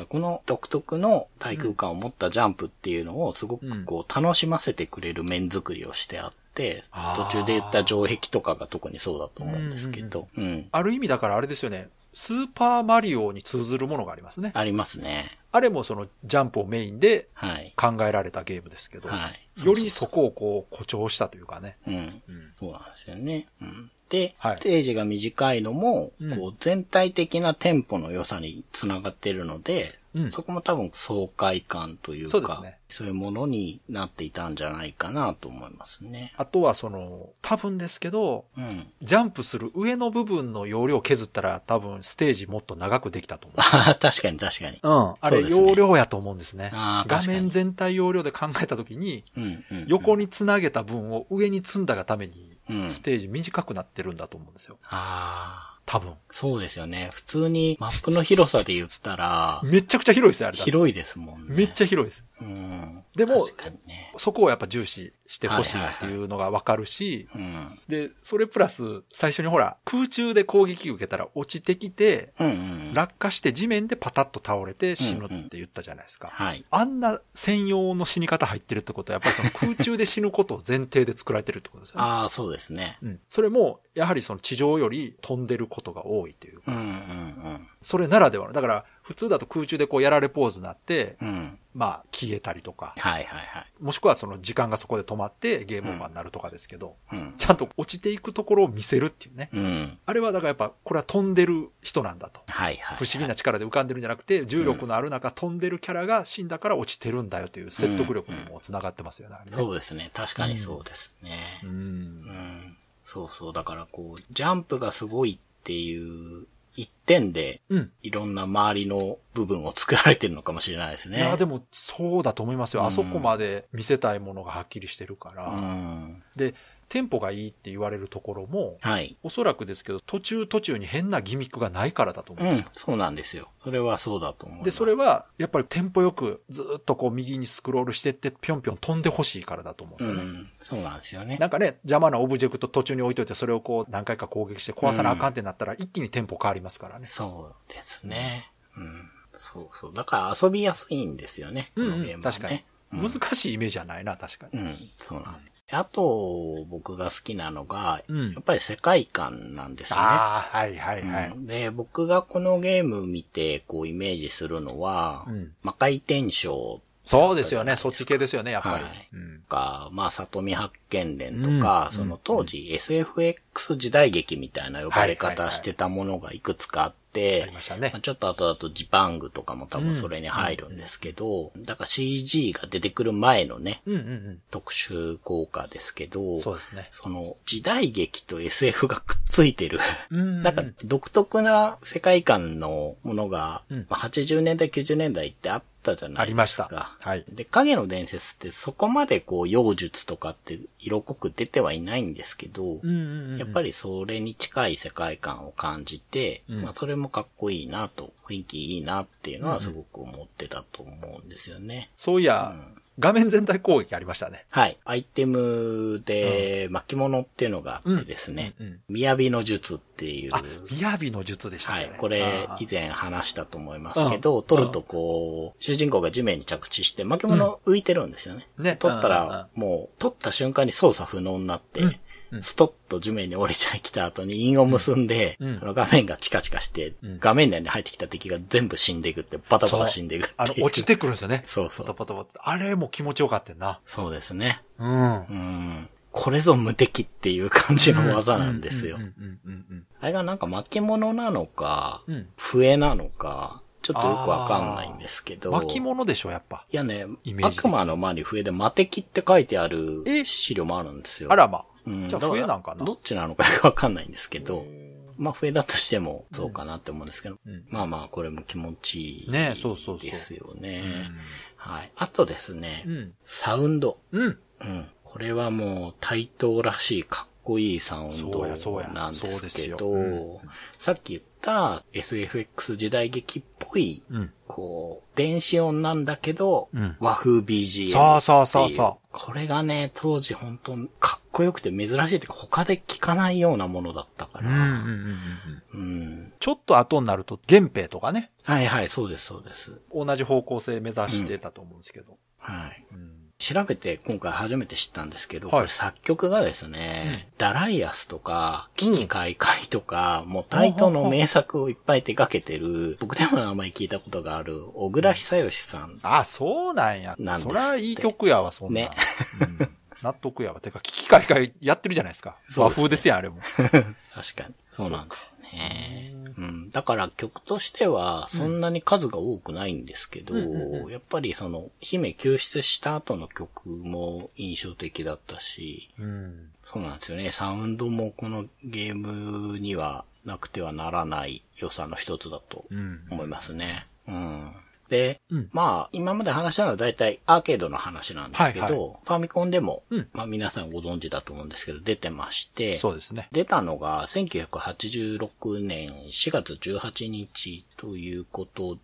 B: ん。
C: この独特の対空間を持ったジャンプっていうのをすごくこう楽しませてくれる面作りをしてあって
B: あー、
C: 途中で言った城壁とかが特にそうだと思うんですけど、うん
B: ある意味だからあれですよね。スーパーマリオに通ずるものがありますね。
C: ありますね。
B: あれもそのジャンプをメインで
C: はい。
B: 考えられたゲームですけど、
C: はい。
B: よりそこをこう誇張したというかね。
C: うん。
B: うん
C: そうなんですよね。うん、で、
B: はい
C: ステージが短いのも、
B: うん
C: こう全体的なテンポの良さにつながってるので、
B: うん
C: そこも多分爽快感というか
B: そうですね
C: そういうものになっていたんじゃないかなと思いますね。
B: あとはその、多分ですけど、
C: うん。
B: ジャンプする上の部分の容量を削ったら多分ステージもっと長くできたと思う。
C: あー確かに確かに。
B: うん。あれ
C: そうですね
B: 容量やと思うんですね。
C: あー
B: 画
C: 確かに
B: 面全体容量で考えたときに、
C: うん、うん。
B: 横
C: に。
B: につなげた分を上に積んだがために、
C: うん
B: ステージ短くなってるんだと思うんですよ。
C: ああ、
B: 多分。
C: そうですよね。普通にマップの広さで言ったら、
B: めちゃくちゃ広いですよ、あれだって。
C: 広いですもんね。
B: めっち
C: ゃ。
B: ゃ広いです。
C: うん。
B: でも
C: 確かにね。
B: そこをやっぱ重視してほしいなっていうのがわかるし、
C: うん。
B: で、それプラス、最初にほら、空中で攻撃受けたら落ちてきて、
C: うん、うん。
B: 落下して地面でパタッと倒れて死ぬって言ったじゃないですか。
C: はい。
B: あんな専用の死に方入ってるってことは、やっぱりその空中で死ぬことを前提で作られてるってことですよね。
C: ああ、そうですね。
B: うん、それも、やはりその地上より飛んでることが多いという
C: う
B: か、
C: ん、うん、
B: それならではの。だから、普通だと空中でこうやられポーズになって、
C: うん。うん。
B: まあ消えたりとか、
C: はい、はい、はい。
B: もしくはその時間がそこで止まってゲームオーバーになるとかですけど、
C: うん。
B: ちゃんと落ちていくところを見せるっていうね。
C: うん。
B: あれはだからやっぱ、これは飛んでる人なんだと。
C: はいはい。
B: 不思議な。力で浮かんでるんじゃなくて、重力のある中、飛んでるキャラが死んだから落ちてるんだよという説得力にもつながってますよね、あれね
C: そうですね。確かにそうですね
B: う。。
C: うんん。そうそう。だからこう、ジャンプがすごいっていう一点で、
B: うん。
C: いろんな周りの部分を作られてるのかもしれないですね。
B: いや、で
C: も。
B: も、そうだと思いますよ。あそこまで見せたいものがはっきりしてるか
C: う
B: ら。
C: ん。
B: で、テンポがいいって言われるところも、
C: はい。
B: おそらくですけど、途中途中に変なギミックがないからだと思
C: う
B: うん
C: ん、そうなんですよ。それはそうだと思う。
B: で、それは、やっぱりテンポよく、ずーっとこう右にスクロールしてって、ぴょんぴょん飛んでほしいからだと思うん
C: う
B: ですよね。
C: ん、そうなんですよね。
B: なんかね、邪魔なオブジェクト途中に置いといて、それをこう何回か攻撃して壊さなあかんってなったら、一気にテンポ変わりますからね。
C: そうですね。うん。そうそう。だから遊びやすいんですよね。
B: うんうん
C: このゲームは
B: 確
C: ね
B: かに
C: うん
B: 難しいイメージはないな、確か
C: う
B: に。
C: ん、そうなんです。あと、僕が好きなのが、
B: うん
C: やっぱり世界観なんですね。
B: ああ、はいはいは
C: う
B: い。
C: んで、僕がこのゲーム見て、こう、イメージするのは、
B: うん
C: 魔界転生
B: そうですよね、そっち系ですよね、やっぱり。
C: はい
B: うん
C: とか、まあ、里見八犬伝とか、
B: うん
C: その当時 SFX 時代劇みたいな呼ばれ方してたものがいくつかあって、
B: ありましたね
C: まあ。ちょっと後だとジパングとかも多分それに入るんですけど、だから CG が出てくる前のね、
B: うんうん
C: 特殊効果ですけ
B: う
C: ど、
B: ん。そうですね。
C: その時代劇と SF がくっついてる。
B: うん。
C: なんか独特な世界観のものが、
B: うん
C: まあ80年代、90年代ってあったじゃな
B: あ
C: い
B: り
C: で
B: ますし
C: か。
B: た。はい。
C: で、影の伝説ってそこまでこう、妖術とかって色濃く出てはいないんですけど、
B: うんうんうん。
C: やっぱ
B: り。
C: りそれに近い世界観を感じて、
B: うん
C: まあそれもかっこいいなと、雰囲気いいなっていうの
B: う
C: は
B: ん
C: すごく思ってたと思うんですよね。
B: そういや、
C: うん
B: 画面全体攻撃ありましたね。
C: はい。アイテムで巻物っていうのがあってですね、
B: うんうん
C: 雅の術っていう、
B: あ、雅の術でした
C: は
B: ね。
C: い。これ
B: あ、ー
C: 以前話したと思いますけど、取るとこう、主人公が地面に着地して、巻物浮いてるんですよね。
B: ね
C: 取った
B: うんうんうん
C: ら、もう、取った瞬間に操作不能になって、
B: うんうん
C: ストッと地面に降りてきた後に印を結んで、
B: うん
C: その画面がチカチカして、
B: うん
C: 画面内に入ってきた敵が全部死んでいくって、バタバタ死んでいくっていう。。
B: あの、落ちてくるんですよね
C: そうそ
B: ポ
C: う
B: タ。ポタポタ。あれも気持ちよかったよな。
C: そうですね。
B: うん
C: う。ん。これぞ無敵っていう感じの技なんですよ
B: う。んうんうん
C: あれがなんか巻物なのか、
B: うんうん。うん
C: 笛なのか、ちょっとよくわかんないんですけど。
B: 巻物でしょ、やっぱ。
C: いやね
B: イ、メージ的
C: 悪
B: に
C: 魔の間に笛で魔敵って書いてある
B: え
C: 資料もあるんですよ。
B: あらま。
C: うん
B: じゃあ
C: だから
B: 笛なんかな
C: どっちなのかよくわかんないんですけど、まあ笛だとしてもそうかなって思うんですけど、
B: うん
C: まあまあこれも気持ちいい
B: ねそうそうそう
C: ですよ
B: う
C: ね。
B: ん
C: はい。あとですね、
B: うん。
C: サウンド。
B: うん。
C: うん。これはもう対等らしいかっこいいサウンド
B: そうやそうや
C: なん
B: そう
C: で
B: ですす
C: け
B: よ
C: ど、
B: うん
C: さっき言った SFX 時代劇っぽい
B: うん。
C: こう、電子音なんだけど、
B: うん
C: 和風 BGM。。
B: そうそうそうそう
C: これがね、当時本当かっこよくて珍しいっていうか他で聞かないようなものだったか
B: うん
C: ら。
B: うんうんうん。
C: うん
B: ちょっと後になると、源平とかね、
C: はいはい、そうです、そうです。
B: 同じ方向性目指してたと思うんですけど。
C: はい。
B: うん
C: 調べて今回初めて知ったんですけど、
B: はい
C: これ作曲がですね、ダライアスとか、キキカイカイとか、もうタイトの名作をいっぱい手掛けてる、僕でも名前聞いたことがある、小倉久義さん。
B: あ、そうなんや
C: なん。ですって
B: そりゃいい曲やわ、そんな
C: ね
B: ん。うん納得やわ。てか、聞き会会やってるじゃないですか。
C: そうですね
B: 和風ですやん、あれも。
C: 確かに。そうなんですよね。
B: そう
C: うん。だから曲としては、そんなに数が多くないんですけど、
B: うんうんうん
C: やっぱりその、姫救出した後の曲も印象的だったし、
B: うん。
C: そうなんですよね。サウンドもこのゲームにはなくてはならない良さの一つだと
B: うん。
C: 思いますね。うん。で、
B: うん
C: まあ、今まで話したのは大体アーケードの話なんですけど、
B: はいは
C: ファミコンでも、
B: うん
C: まあ皆さんご存知だと思うんですけど、出てまして、
B: そうですね。
C: 出たのが1986年4月18日ということ
B: う
C: で、
B: ん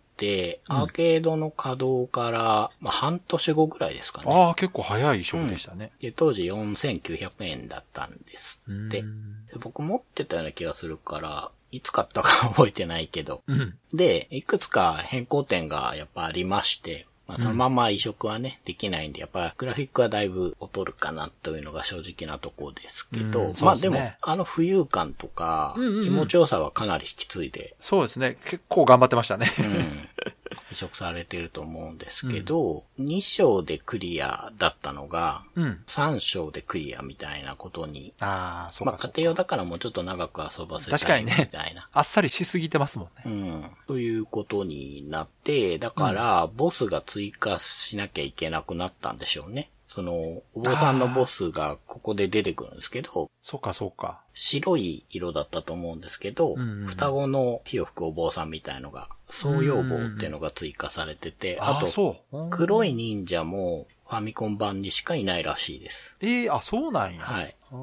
C: アーケードの稼働から、まあ、半年後ぐらいですかね。
B: ああ、結構早い勝負でしたね。
C: で当時4900円だったんですって。
B: うん
C: で僕持ってたような気がするから、いつ買ったか 覚えてないけど。
B: うん。
C: で、いくつか変更点がやっぱありまして、まあ、そのまま移植はね、できないんで、やっぱグラフィックはだいぶ劣るかなというのが正直なところですけど、
B: うん
C: ま
B: そう
C: あ
B: で
C: です
B: ね
C: も、あの浮遊感とか、
B: うんうんうん
C: 気持ちよさはかなり引き継いで、
B: そうですね。結構頑張ってましたね。
C: うん、 移植されてると思うんですけど、2章でクリアだったのが、
B: うん。
C: 3章でクリアみたいなことに、
B: ああ、そう
C: ま
B: か
C: あ
B: そう
C: 家
B: か。
C: 庭用だからもうちょっと長く遊ばせ
B: 確か
C: たい
B: に
C: み
B: ね
C: たいな。
B: あっさりしすぎてますもんね。
C: うん。ということになって、だから、ボスが追加しなきゃいけなくなったんでしょうね。その、お坊さんのボスがここで出てくるんですけど、
B: そうか、そうか。
C: 白い色だったと思うんですけど、
B: うんうんうん
C: 双子の火を吹くお坊さんみたいのが、双葉坊っていうのが追加されてて、あ
B: ああ、
C: と、
B: そう。うん
C: 黒い忍者もファミコン版にしかいないらしいです。
B: ええあ、そうなんや。。
C: はいい。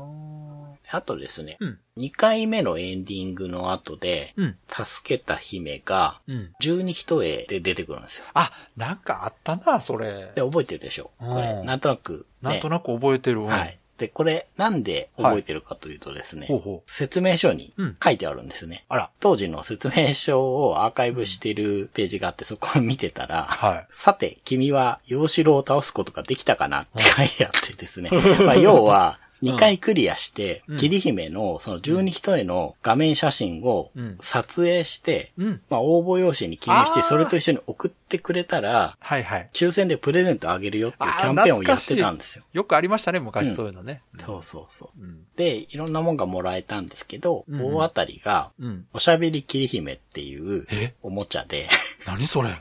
C: あとですね、
B: うん。
C: 2回目のエンディングの後で、
B: うん。
C: 助けた姫が、
B: うん。
C: 十二一重で出てくるんですよ。
B: あ、なんかあったな、それ
C: で、。覚えてるでしょこれ、
B: うん
C: なんとなく、ね。
B: なんとなく覚えてる。うん
C: はい。。で、これ、なんで覚えてるかというとですね、
B: ほうほう。
C: 説明書に
B: うん
C: 書いてあるんですね。
B: あら。
C: 当時の説明書をアーカイブしてるページがあって、そこを見てたら、
B: はい。
C: さて、君は、洋四郎を倒すことができたかなって書いてあってですね。まあ、要は、2回クリアして
B: うん、
C: 霧姫の、その12人への画面写真を
B: うん
C: 撮影して、
B: うん。
C: まあ、応募用紙に記入して、
B: あー
C: それと一緒に送ってくれたら、
B: はいはい。
C: 抽選でプレゼントあげるよっていう
B: あー
C: キャンペーンをやってたんですよ。
B: よくありましたね、昔
C: うん
B: そういうのね。
C: そうそうそう。
B: うん。
C: で、いろんなもんがもらえたんですけど、
B: うん
C: 大当たりが、
B: うん。
C: おしゃべり霧姫っていう
B: え
C: おもちゃで、
B: 何それ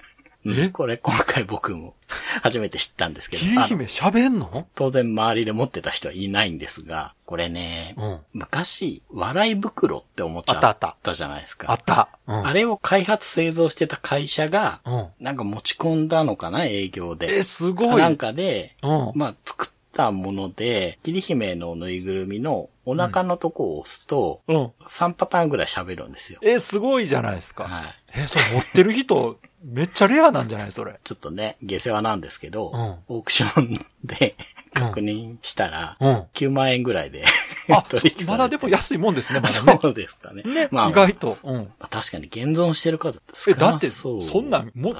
B: え
C: これ今回僕も初めて知ったんですけど、
B: 霧
C: あの
B: 姫喋んの
C: 当然周りで持ってた人はいないんですが、これね、
B: うん。
C: 昔、笑い袋っておもちゃ
B: あったあった
C: あったじゃないですか。
B: あった。うん。
C: あれを開発製造してた会社が、
B: うん。
C: なんか持ち込んだのかな、営業
B: え、
C: で。
B: すごい。
C: なんかで、
B: うん。
C: まあ、作ったもので、霧姫のぬいぐるみのお腹のとこを押すと、
B: うん。
C: 3パターンぐらい喋るんですよ。
B: え、すごいじゃないですか。
C: はい。
B: え、それ持ってる人、 めっちゃレアなんじゃないそれ。
C: ちょっとね、下世話なんですけど、
B: うん
C: オークションで
B: うん
C: 確認したら、
B: うん。
C: 9万円ぐらいで
B: あ
C: 取引されて、
B: まだでも安いもんですね、まだね。
C: そうですかね。
B: ね、
C: まあ、
B: 意外と。うん。
C: まあ確かに現存してる数
B: え
C: 少
B: だ
C: な
B: って
C: そうだし。
B: そんなんも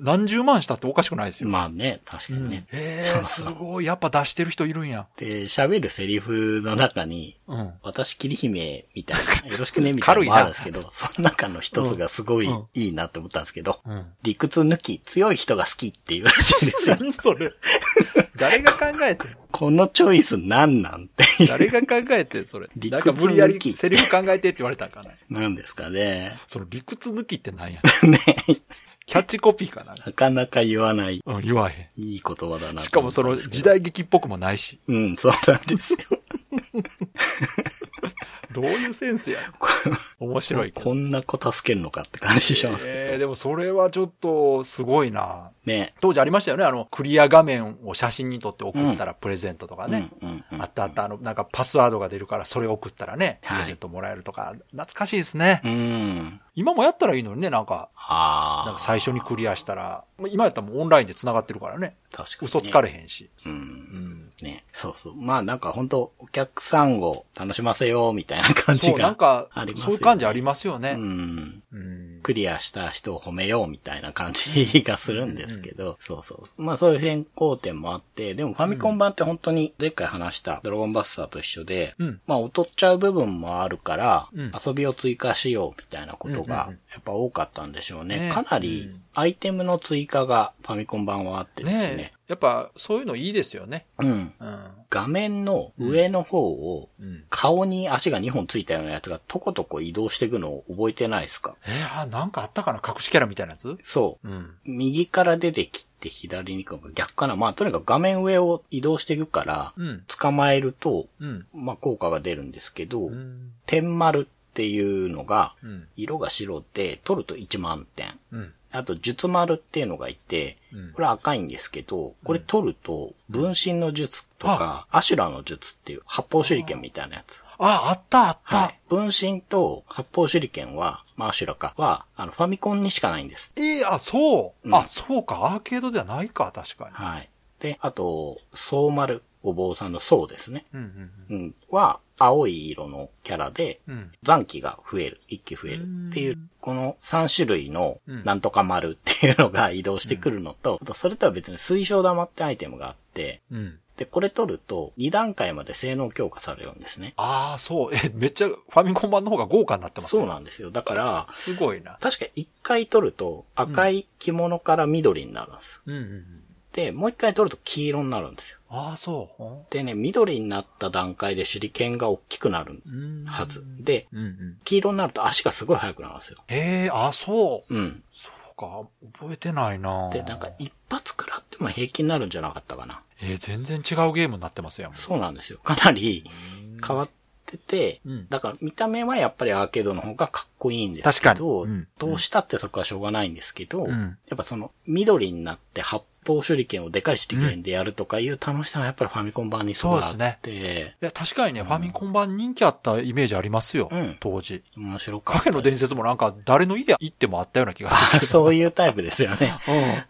B: 何十万したっておかしくないですよ。
C: まあね、確か
B: う
C: に
B: ん
C: ね。
B: え
C: そ
B: ー、
C: う
B: す
C: そう
B: ごい。やっぱ出してる人いるんや。
C: で、喋るセリフの中に、
B: うん。
C: 私、霧姫みたい な、よろしくね、みたいなのもあるんですけど、その中の一つがすごい
B: うん
C: いいなって思ったんですけど、
B: うん。
C: 理屈抜き、強い人が好きっていうらしいですよ。
B: 何それ。誰が考えてん
C: このチョイスなんなんって いう。
B: 誰が考えてんそれ。
C: 理屈
B: なんか無理やり
C: 抜き
B: セリフ考えてって言われたんかな。
C: なんですかね。
B: その理屈抜きってなんや。
C: ね
B: キャッチコピーかな。
C: なかなか言わない、
B: うん、言わへ
C: いい言葉だ
B: ん。
C: な。
B: しかもその時。代劇っぽくもないし。
C: うん、そうなんですよ。
B: どういうセンスや。面白いけど。
C: こんな子助けるのかって感じしますけど。
B: えーでもそれはちょっとすごいな。
C: ね。
B: 当時ありましたよね。あの、クリア画面を写真に撮って送ったらプレゼントとかね。
C: うんうんうん
B: あったあった、あの、なんかパスワードが出るからそれ送ったらね、
C: は
B: プ
C: い
B: レゼントもらえるとか、懐かしいですね。
C: うん。
B: 今もやったらいいのにね、なんか、
C: ああ。
B: なんか最初にクリアしたら、今やったらもうオンラインで繋がってるからね。
C: 確かに、
B: 嘘つか
C: れ。
B: れへんし。
C: う。
B: うんん。
C: ね。そうそう。まあなんか本当お客さんを楽しませようみたいな感じ
B: そう、
C: が。
B: なんか
C: あり、ますよ
B: そ
C: ね
B: ういう感じありますよ
C: う
B: ね。
C: ん。
B: うん。
C: クリアした人を褒めようみたいな感じがするんですけど、そうそう。まあそういう変更点もあって、でもファミコン版って本当に前回話したドラゴンバスターと一緒で、
B: うん
C: まあ劣っちゃう部分もあるから、
B: うん
C: 遊びを追加しようみたいなこと
B: うんうんう
C: が
B: ん
C: やっぱ多かったんでしょうね。
B: ね
C: かな
B: う
C: り
B: ん
C: アイテムの追加がファミコン版はあってですね。
B: ねえ。やっぱ、そういうのいいですよね。
C: うん。
B: うん。
C: 画面の上の方を、
B: うん。
C: 顔に足が2本ついたようなやつがとことこ移動していくのを覚えてないですか
B: えー、あなんかあったかな隠しキャラみたいなやつ
C: そう。
B: うん。
C: 右から出てきて左に行くのか逆かな。まあ、とにかく画面上を移動していくから、
B: うん。
C: 捕まえると、
B: うん。
C: まあ、効果が出るんですけど、
B: うん。
C: 点丸っていうのが、
B: うん。
C: 色が白で、取ると1万点。
B: うん。
C: あと、術丸っていうのがいて、
B: うん
C: これ赤いんですけど、これ取ると、分身の術とか、アシュラの術っていう発泡手裏剣みたいなやつ。
B: あ、あったあった。
C: はい。分身と発泡手裏剣は、まあ、アシュラか、は、あの、ファミコンにしかないんです。
B: ええあ、そう、
C: うん
B: あ、そうか。アーケードではないか、確かに。
C: はい。で、あと、そう丸、お坊さんのそうですね。
B: うん
C: うん。は、青い色のキャラで、
B: うんうん。うん。、
C: 残機が増える、一機増えるっていううんこの3種類の
B: うん
C: なんとか丸っていうのが移動してくるのと、あとそれとは別に水晶玉ってアイテムがあって、
B: うん。
C: で、これ取ると2段階まで性能強化されるんですね。
B: ああ、そう。え、めっちゃファミコン版の方が豪華になってます
C: そう
B: ね。
C: なんですよ。だから、
B: すごいな。
C: 確か1回取ると赤い着物から緑になるんです。
B: うんうんうん。
C: で、もう1回取ると黄色になるんですよ。
B: ああ、そ
C: でね、緑になった段階で手裏剣が大きくなる
B: う。うん。
C: はず。で、
B: うんうん。
C: 黄色になると足がすごい速くなるんですよ。
B: ええあ、そう。
C: うん。
B: そうか。覚えてないな
C: で、なんか一発食らっても平気になるんじゃなかったかな。
B: えー全然違うゲームになってますやん。
C: そうなんですよ。かなり変わってて、
B: うん
C: だから見た目はやっぱりアーケードの方がかっこいいんですけど、
B: 確かにうん
C: どうしたってそこはしょうがないんですけど、
B: うん
C: やっぱその緑になって発方手裏剣をでかい手裏剣でやるとかいう楽しさはやっぱりファミコン版にすごいあって、
B: いや、確かにね、ファミコン版人気あったイメージありますよ。
C: うん
B: 当時。
C: 面白かった。
B: 影の伝説もなんか、誰の家行ってもあったような気がす
C: あ
B: るけど。
C: そういうタイプですよね。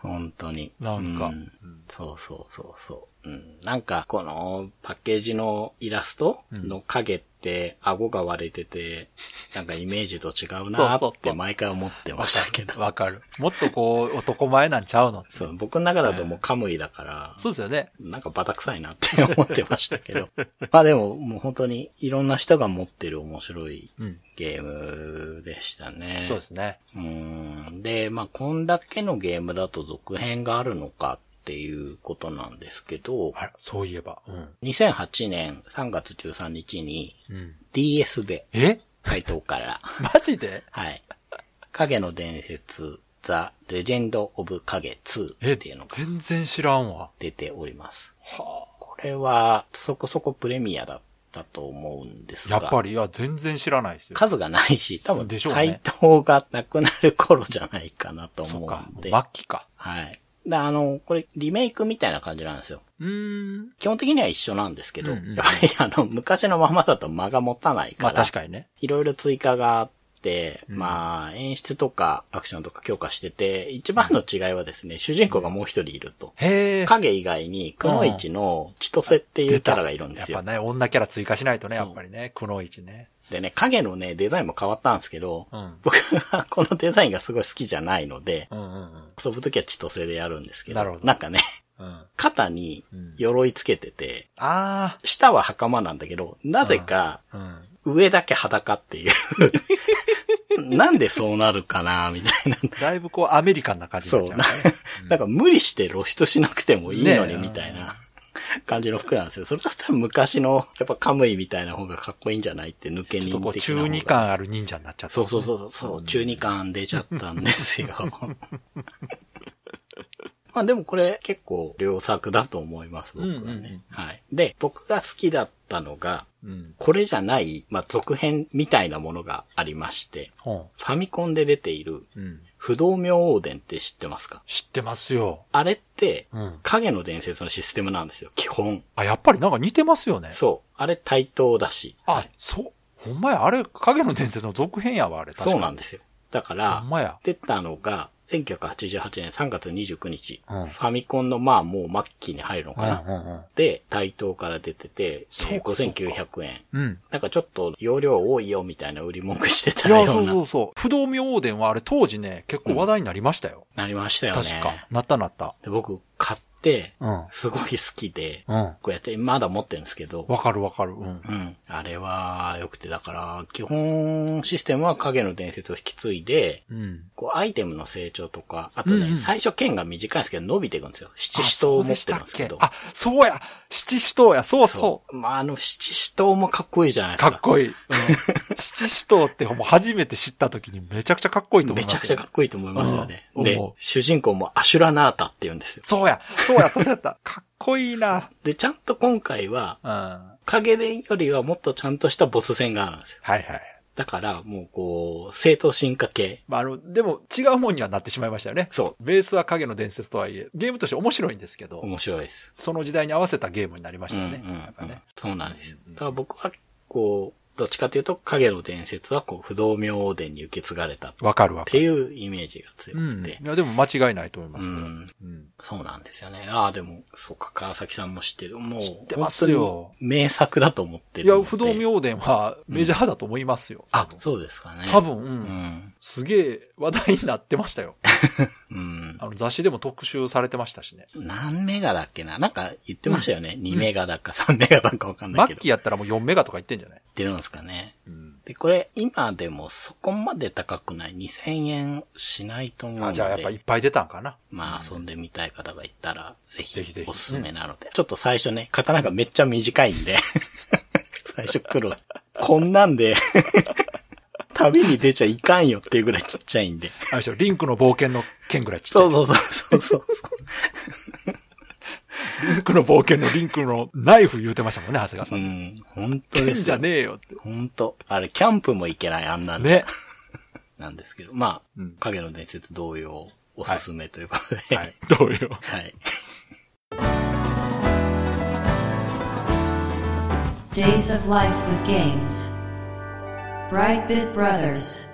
B: うん。
C: 本当に。
B: なんか
C: う
B: うん
C: そうそうそうそう。うん。なんか、このパッケージのイラストの影って、顎が割れてて、なんかイメージと違うな
B: そう
C: ー
B: そう
C: っ
B: そ
C: て
B: う
C: 毎回思ってましたけど。
B: わかる。もっとこう、男前なんちゃうの
C: そう、僕の中だともうカムイだから、
B: そうですよね。
C: なんかバタ臭いなって思ってましたけ ど。まあでも、もう本当にいろんな人が持ってる面白い
B: うん。
C: ゲームでしたね。
B: そうですね。
C: うーんで、まあ、こんだけのゲームだと続編があるのかっていうことなんですけど、
B: あら、そういえば。うん。
C: 2008年3月13日に
B: うん。
C: DS で、
B: え
C: 回 答から、
B: マジで
C: はい。影の伝説、ザ・レジェンド・オブ・影2
B: え
C: っていうのが
B: 全然知らんわ。
C: 出ております。
B: は
C: これは、そこそこプレミアだったと思うんです
B: あ。や
C: が、
B: っぱり、いや、全然知らないですよ。
C: 数がないし、多分、
B: でしょうね
C: 回答がなくなる頃じゃないかなと
B: そ
C: 思
B: っか。
C: うん
B: 末
C: で。
B: 期か。
C: はい。で、あの、これ、リメイクみたいな感じなんですよ。
B: うーん。
C: 基本的には一緒なんですけど、
B: うんうん
C: やっぱりあの、昔のままだと間が持たないか
B: ま
C: ら、
B: あ確かにね。
C: いろいろ追加があって、
B: うん
C: まあ、演出とかアクションとか強化してて、一番の違いはですね、主人公がもう一人いると。
B: へえ。
C: 影以外に、くのいちの千歳っていうキャラがいるんです
B: や
C: よ
B: っ。ぱね、女キャラ追加しないとね、
C: そ
B: や
C: う
B: っぱりね、くのいちね。
C: でね、影のね、デザインも変わったんですけど、
B: うん。
C: 僕は このデザインがすごい好きじゃないので、
B: うんうん
C: 遊ぶときは千歳でやるんですけど、
B: なるほど
C: なんかね、
B: うん。うん。
C: 肩に鎧つけてて、
B: あ
C: 下は袴なんだけど、なぜか
B: あ。うん。
C: 上だけ裸っていう。なんでそう なるかなみたいな。
B: だいぶこう、アメリカンな感じになっちゃうね。
C: なんか無理して露出しなくてもいいの
B: ねえ
C: にみたいな感じの服なんですよ。それだったら昔の、やっぱカムイみたいな方がかっこいいんじゃないって抜け
B: ち
C: 人
B: ょっと
C: 的な
B: こ
C: 方
B: う、
C: が。
B: 中二感ある忍者になっちゃった。
C: そうそうそうそう、中二感出ちゃったんで すよ。まあでもこれ結構良作だと思います、僕はね。
B: うんうんうん
C: はい。で、僕が好きだったのが、
B: うん。
C: これじゃない、まあ、続編みたいなものがありまして、
B: ほ
C: ファミコンで出ている、
B: う。うん。
C: 不動明王伝って知ってますか
B: 知ってますよ。
C: あれって、
B: うん。
C: 影の伝説のシステムなんですよ、基本。
B: あ、やっぱりなんか似てますよね。
C: そう。あれ対等だし。
B: あ、そう。ほんまや、あれ、影の伝説の続編やわ、あれ。確かに
C: そうなんですよ。だ
B: ほ
C: から
B: ん、まや。
C: 出たのが、1988年3月29日。
B: うん。うん
C: ファミコンの、まあ、もう末期に入るのかな。
B: うん
C: で、対等から出てて、
B: そうか
C: えー5900円。
B: うん。うん。
C: なんかちょっと容量多いよみたいな売り文句してた
B: い
C: よう
B: や、
C: な
B: そうそうそう。不動明王伝はあれ当時ね、結構話題になりましたよ。
C: なりましたよね。
B: 確か。なったなった。
C: で僕買って、
B: うん。
C: すごい好きで、
B: うん。
C: こうやってまだ持ってるんですけど、
B: わかるわかる。うん。
C: うん。あれは良くて、だから、基本システムは影の伝説を引き継いで、
B: うん。
C: こうアイテムの成長とか、あとね、
B: うんうん
C: 最初剣が短いんですけど伸びていくんですよ。七
B: あ
C: 死
B: そ
C: 闘を
B: う
C: 持
B: で
C: っ
B: してた
C: るん
B: っ
C: ですけ
B: け
C: ど。。
B: あ、そうや七死闘やそうそう
C: まあ、あの七死闘もかっこいいじゃないうですか。
B: かっこいい。うん七死闘ってもう初めて知った時にめちゃくちゃかっこいいと思いま
C: めち
B: す
C: ゃくちゃかっこいいと思いますよね。
B: うん
C: で
B: 思う、
C: 主人公もアシュラナータって言うんですよ。
B: そうやそうやそうやった。かっこいいな。
C: で、ちゃんと今回は、
B: うん。は
C: 影伝よりはもっとちゃんとしたボス戦があるんですよ。
B: いはい。
C: だから、もうこう、正当進化系。
B: まあ、あの、でも違うもんにはなってしまいましたよね。
C: そ
B: ベースは影の伝説とはいえ、ゲームとして面白いんですけ
C: う。
B: ど、
C: 面白いです。
B: その時代に合わせたゲームになりましたよね。
C: うんうんうん
B: やっぱね。
C: そうなんです。
B: うん
C: だから僕は、こう、どっちかというと、影の伝説は、こう、不動明王伝に受け継がれたっ
B: わかるわか
C: て
B: る。
C: いうイメージが強
B: う
C: く
B: ん。い
C: て。
B: や、でも間違いないと思いま
C: うん。
B: す、うん。
C: そうなんですよね。ああ、でも、そうか、川崎さんも知ってる。もう、知
B: ってますよ。
C: 名作だと思って
B: い
C: るの
B: や、
C: で。
B: 不動明殿はメジャーだと思いますよ。
C: あ、そうですかね。
B: 多分、う
C: うんん。
B: すげえ話題になってましたよ。
C: うん
B: あ。の雑誌でも特集されてましたしね。
C: 何メガだっけななんか言ってましたよね。2メガだか3メガだかわかんない
B: 末
C: けど。
B: 期
C: 言
B: やったらもう4メガとか言ってんじゃない
C: ってるんですかね。
B: うん。
C: で、これ、今でもそこまで高くない。2000円しないと思うので。
B: あ、じゃあやっぱいっぱい出たんかな。
C: まあ、遊んでみたい方がいたら、ぜひ、
B: ぜひぜひ
C: おすすめなので。ちょっと最初ね、刀がめっちゃ短いんで、 最初黒、こんなんで、 旅に出ちゃいかんよっていうぐらいちっちゃいんで。
B: あれでしょ、リンクの冒険の剣ぐらいちっちゃい。
C: そうそうそうそう
B: リンクの冒険のリンクのナイフ言うてましたもんね、長谷川
C: そ
B: さ。
C: う。うんん、本当で
B: 剣
C: す
B: じゃ
C: よ。
B: ねえよっ
C: 本当あれ、キャンプも行けない、あんな
B: て。
C: んじゃ
B: ね。
C: なんですけど。まあ
B: うん、
C: 影の伝説同様、おすすめということで。
B: は。い。同様。
C: はい。
A: Days of Life with Games. Brightbit Brothers.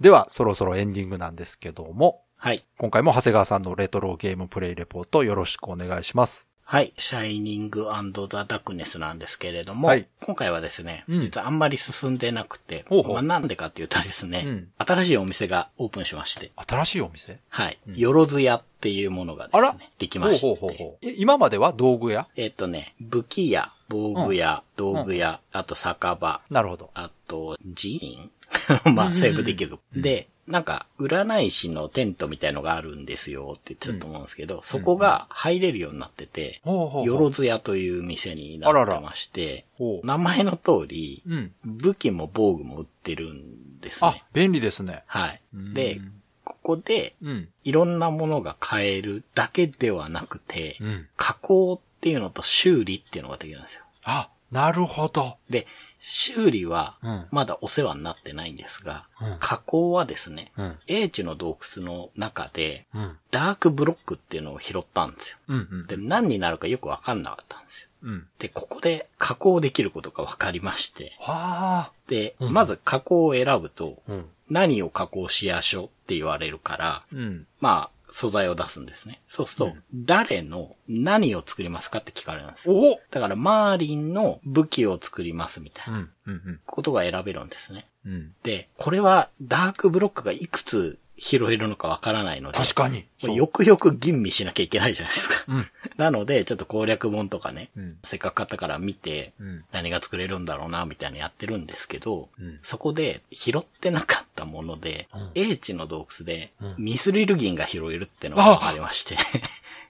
B: では、そろそろエンディングなんですけども、
C: はい。
B: 今回も長谷川さんのレトロゲームプレイレポートよろしくお願いします。
C: はい。シャイニングザ・ダックネスなんですけれども、
B: はい
C: 今回はですね、
B: うん
C: 実はあんまり進んでなくて、
B: ほうほう
C: まあなんでかっていうとですね、
B: うん
C: 新しいお店がオープンしまして、
B: 新しいお店
C: はい。
B: うん
C: よろず屋っていうものがで
B: あ
C: す
B: ら
C: ね、できまして。
B: ほうほうほうほう。え今までは道具屋
C: えっ、とね、武器屋、防具屋、道具屋、あと酒場、
B: なるほど。
C: あと寺院 ま
B: うん
C: あ、
B: うんうん
C: セーブできる。
B: うん
C: で、なんか、占い師のテントみたいのがあるんですよって言ってたと思うんですけど、そこが入れるようになってて、
B: ほうほうほう。
C: よろず屋という店になってまして、
B: ほう。
C: 名前の通り、
B: うん。
C: 武器も防具も売ってるんです
B: あ
C: ね。、
B: 便利ですね。
C: はい。
B: うん
C: で、ここで、
B: うん。
C: いろんなものが買えるだけではなくて、
B: うん。
C: 加工っていうのと修理っていうのができるんですよ。
B: あ、なるほど。
C: で、修理は
B: うん、
C: まだお世話になってないんですが、
B: うん
C: 加工はですね、
B: うん。
C: 英知の洞窟の中で、
B: うん。
C: ダークブロックっていうのを拾ったんですよ。
B: うん。
C: で、何になるかよくわかんなかったんですよ。
B: うん。
C: で、ここで加工できることがわかりまして、
B: はあ。
C: で、
B: うん
C: まず加工を選ぶと、
B: うん。
C: 何を加工しやしょうって言われるから、
B: うん。
C: まあ、素材を出すんですね。そうすると、
B: うん
C: 誰の何を作りますかって聞かれるんですよ。
B: お
C: だから、マーリンの武器を作りますみ
B: う。
C: たいなん
B: うん。
C: ことが選べるんですね。
B: うん。
C: で、これはダークブロックがいくつ拾えるのかわからないので、
B: 確かに。
C: もうよくよく吟味しなきゃいけないじゃないですか。
B: うん。
C: なので、ちょっと攻略本とかね、
B: うん。
C: せっかく買ったから見て、
B: うん。
C: 何が作れるんだろうな、みたいなのやってるんですけど、
B: うん。
C: そこで拾ってなかったもので、
B: うん
C: 英知の洞窟で
B: うん
C: ミスリル銀が拾えるってのがありまして、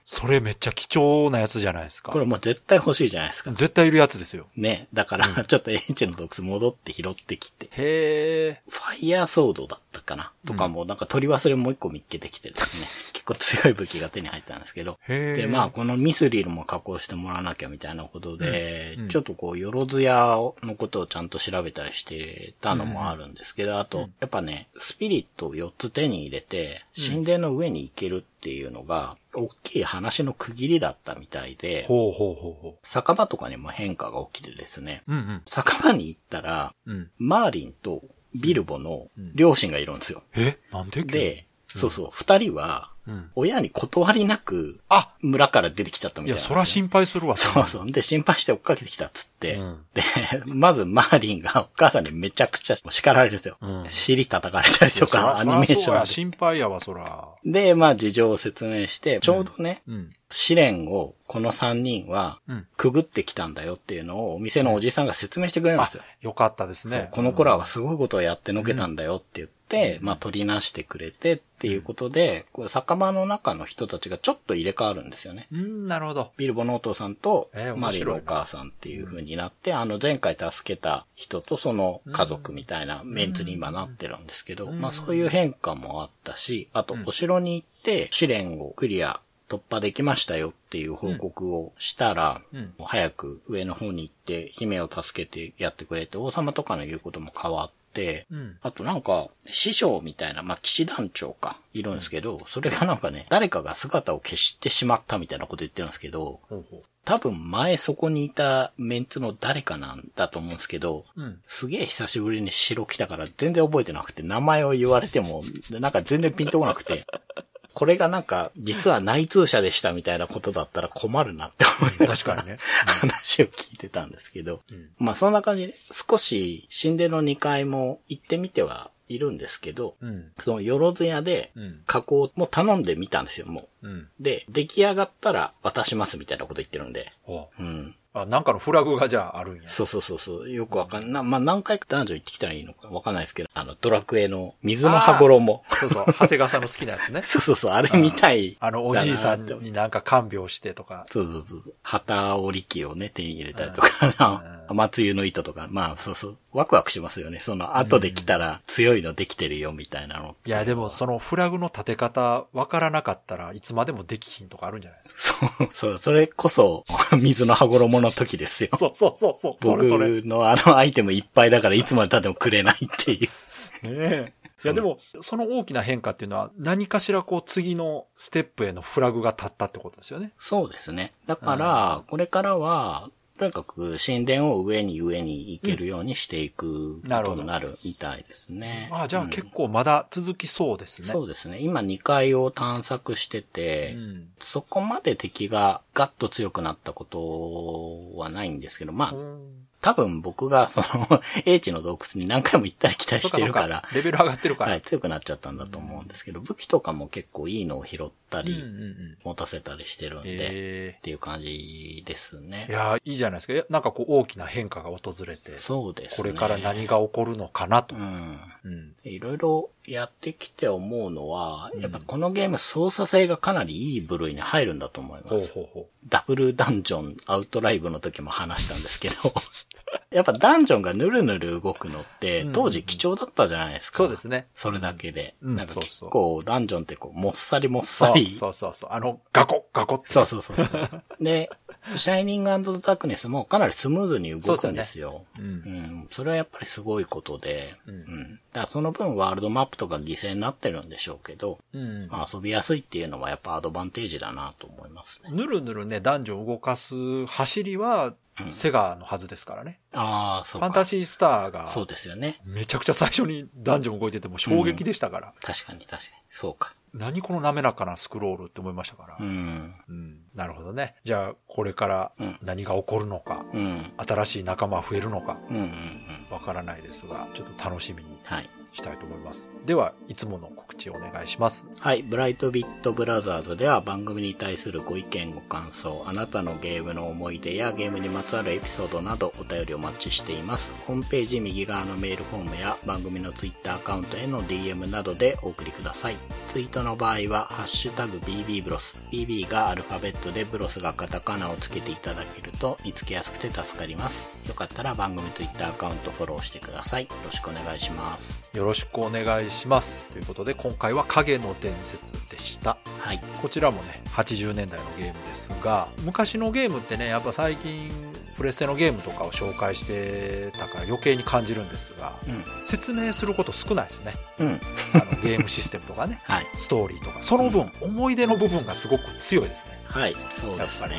B: それめっちゃ貴重なやつじゃないですか。
C: これもう絶対欲しいじゃないですか。
B: 絶対いるやつですよ。
C: ね。だから、ちょっと英知の洞窟戻って拾ってきて、
B: へえ。
C: ファイヤーソードだったかなとかも、なんか取り忘れもう一個見っけてきてで すね、結構強い武器が手に入ったんですけど、
B: へえ。
C: で、まあ、このミスリルも加工してもらわなきゃみたいなことで、
B: うんうん
C: ちょっとこう、よろずやのことをちゃんと調べたりしてたのもあるんですけど、あと、やっぱね、スピリットを4つ手に入れて、神殿の上に行けるっていうのが、大きい話の区切りだったみたいで、
B: ほうほうほうほ
C: 酒場とかにも変化が起きてですね、
B: う。うん
C: 酒場に行ったら、
B: うん。うん。
C: マーリンとビルボの
B: うん
C: 両親がいるんですよ。
B: えなんで
C: で、そうそう、二人は、
B: うん。
C: 親に断りなく、
B: あ
C: 村から出てきちゃったみ
B: いや、
C: たいなんです
B: そ
C: よ。
B: ら心配するわ。
C: そうそう。で、心配して追っかけてきたっつって、
B: うん
C: で、まずマーリンがお母さんにめちゃくちゃ叱られるんですよ。
B: うん
C: 尻叩かれたりとか、アニメーシ
B: そら
C: ョン
B: 心配やわ、そら。
C: で。で、まあ事情を説明して、ちょうどね、
B: うん。
C: 試練をこの三人は
B: うん。
C: くぐってきたんだよっていうのをお店のおじさんが説明してくれるんで
B: あ
C: すよ。、
B: よかったです
C: そう
B: ね。
C: この子らはすごいことをやってのけたんだよって言って、まあ取りなしてくれてっていうことで、こう酒場の中の人たちがちょっと入れ替わるんですよね。
B: うん、なるほど。
C: ビルボのお父さんと
B: えー、
C: マリーのお
B: 面白いな
C: 母さんっていう風になって、あの前回助けた人とその家族みたいなメンツに今なってるんですけど、
B: うん
C: まあそういう変化もあったし、あと
B: うん
C: お城に行って試練をクリア、突破できましたよっていう報告をしたら、
B: うん。
C: もう早く上の方に行って、姫を助けてやってくれって、王様とかの言うことも変わって、
B: うん。
C: あとなんか、師匠みたいな、まあ、騎士団長か、いるんですけど、それがなんかね、誰かが姿を消してしまったみたいなこと言ってるんですけど、
B: ほうほ
C: 多分前そこにいたメンツの誰かなんだと思うんですけど、
B: う。うん。
C: すげえ久しぶりに城来たから全然覚えてなくて、名前を言われても、なんか全然ピンとこなくて、これがなんか、実は内通者でしたみたいなことだったら困るなって思いながら
B: 確かにね。
C: 話を聞いてたんですけど、
B: うん。
C: まあそんな感じで、少し神殿の2階も行ってみてはいるんですけど、
B: うん。
C: そのよろず屋で
B: うん。
C: 加工も頼んでみたんですよ、も
B: うん。
C: う。で、出来上がったら渡しますみたいなこと言ってるんで、
B: ほ
C: うん。
B: う。あ、なんかのフラグがじゃああるんや。
C: そうそうそうそう、よくわかんな、まあ何回か男女行ってきたらいいのかわかんないですけど、あの、ドラクエの水の羽衣。。
B: そうそう。長谷川さんの好きなやつね
C: そうそうそう、あれみたい
B: あ の、おじいさん
C: だなって
B: になんか看病してとか。
C: そうそうそう。旗織り機をね、手に入れたりとか、
B: うん
C: 雨露の糸とか、まあそうそう。ワクワクしますよね。その後で来たら強いのできてるよみたいなの。
B: いや、でもそのフラグの立て方わからなかったらいつまでもできひんとかあるんじゃないですか。
C: そう、そう、それこそ、 水の羽衣の時ですよ。
B: そうそうそうそう。そ
C: 僕
B: れそれ。ね
C: のあのアイテムいっぱいだからいつまで経ってもくれないっていう。
B: え。いやでも、その大きな変化っていうのは何かしらこう次のステップへのフラグが立ったってことですよね。
C: そうですね。だから、これからは、とにかく神殿を上に上に行けるようにしていくこ
B: なるほ
C: と
B: ど
C: になるみたいですね。
B: ああ、じゃあ
C: うん
B: 結構まだ続きそうですね。
C: そうですね。今2階を探索してて、
B: うん
C: そこまで敵がガッと強くなったことはないんですけど、まあ、多分僕がその、 英知の洞窟に何回も行ったり来たり
B: そ
C: し
B: うか
C: て
B: そう
C: るか、、
B: からレベル上がってるから。
C: はい、強くなっちゃったんだと思うんですけど、武器とかも結構いいのを拾った
B: うんうん
C: り、
B: うん。
C: 持たせたりしてるんで、
B: え
C: っていう感じです
B: え
C: ね。
B: いやーいいじゃないですかいや。なんかこう大きな変化が訪れて、
C: そうですね。
B: これから何が起こるのかなと
C: う。ん。
B: うん。
C: いろいろやってきて思うのは、
B: うん
C: やっぱこのゲーム操作性がかなりいい部類に入るんだと思います。
B: ほうほうほ
C: ダブルダンジョンアウトライブの時も話したんですけど、 やっぱダンジョンがぬるぬる動くのって
B: うん
C: 当時貴重だったじゃないです
B: う。
C: か。
B: そうですね。
C: それだけで。
B: うん
C: なんか
B: そう
C: 結
B: そう
C: 構ダンジョンってこう、もっさりもっ
B: そ
C: さ
B: う
C: り。
B: そうそうそう。あの、ガコッガコッって。
C: そうそうそう そう。で、シャイニングダークネスもかなりスムーズに動くんですよ。
B: う。
C: うんん、それはやっぱりすごいことで、
B: うん
C: うん。だからその分ワールドマップとか犠牲になってるんでしょうけど、
B: うん。
C: まあ遊びやすいっていうのはやっぱアドバンテージだなと思いますね。
B: ぬるぬるね、男女を動かす走りは、
C: うん
B: セガのはずですからね。
C: ああ、そう
B: ファン
C: か
B: タ。ジースターが、
C: そうですよね。
B: めちゃくちゃ最初にダンジョン動いてても衝撃でしたから、
C: 確かに確かに。そうか。
B: 何この滑らかなスクロールって思いましたから。
C: う
B: うん
C: ん。
B: なるほどね。じゃあ、これから
C: うん
B: 何が起こるのか、
C: うん。
B: 新しい仲間増えるのか、
C: うんうんうん。
B: わからないですが、ちょっと楽しみに
C: はい。
B: したいと思います。では、いつもの告知をお願いします。
C: はい。ブライトビットブラザーズでは番組に対するご意見、ご感想、あなたのゲームの思い出やゲームにまつわるエピソードなどお便りお待ちしています。ホームページ右側のメールフォームや番組のツイッターアカウントへの DM などでお送りください。ツイートの場合は、ハッシュタグ BB ブロス。BB がアルファベットでブロスがカタカナをつけていただけると見つけやすくて助かります。よかったら番組ツイッターアカウントフォローしてください。よろしくお願いします。
B: よろしくお願いします。ということで、今回は影の伝説でした。
C: はい。
B: こちらもね80年代のゲームですが昔のゲームってねやっぱ最近プレステのゲームとかを紹介してたから余計に感じるんですが
C: う
B: 説明すること少ないですね
C: ん。うん。
B: あのゲームシステムとかね
C: はい。
B: ストーリーとかその分思い出の部分がすごく強いですね
C: はい。そうですね。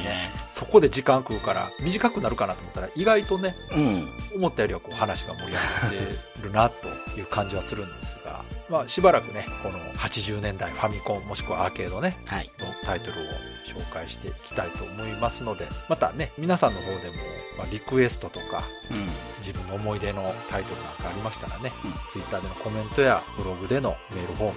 B: そこで時間食うから短くなるかなと思ったら意外とね
C: うん。
B: 思ったよりはこう話が盛り上がってるなという感じはするんですが、まあ、しばらくねこの80年代ファミコンもしくはアーケードね
C: はい。
B: のタイトルを紹介していきたいと思いますのでまたね皆さんの方でも、まあ、リクエストとか
C: うん。
B: 自分の思い出のタイトルなんかありましたらね、
C: うん
B: Twitter でのコメントやブログでのメールフォームに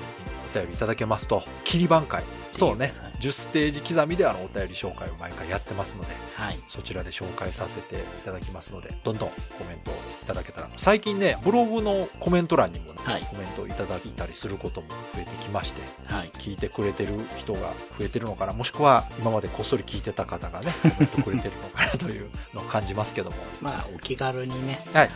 B: お便りいただけますと切り挽回そうね
C: はい
B: 10ステージ刻みであのお便り紹介を毎回やってますので
C: はい。
B: そちらで紹介させていただきますのでどんどんコメントをいただけたら最近ねブログのコメント欄にも、ね
C: はい
B: コメントをいただいたりすることも増えてきまして
C: はい。
B: 聞いてくれてる人が増えてるのかなもしくは今までこっそり聞いてた方がねコメントくれてるのかなというのを感じますけども
C: まあ、お気軽にね。
B: はい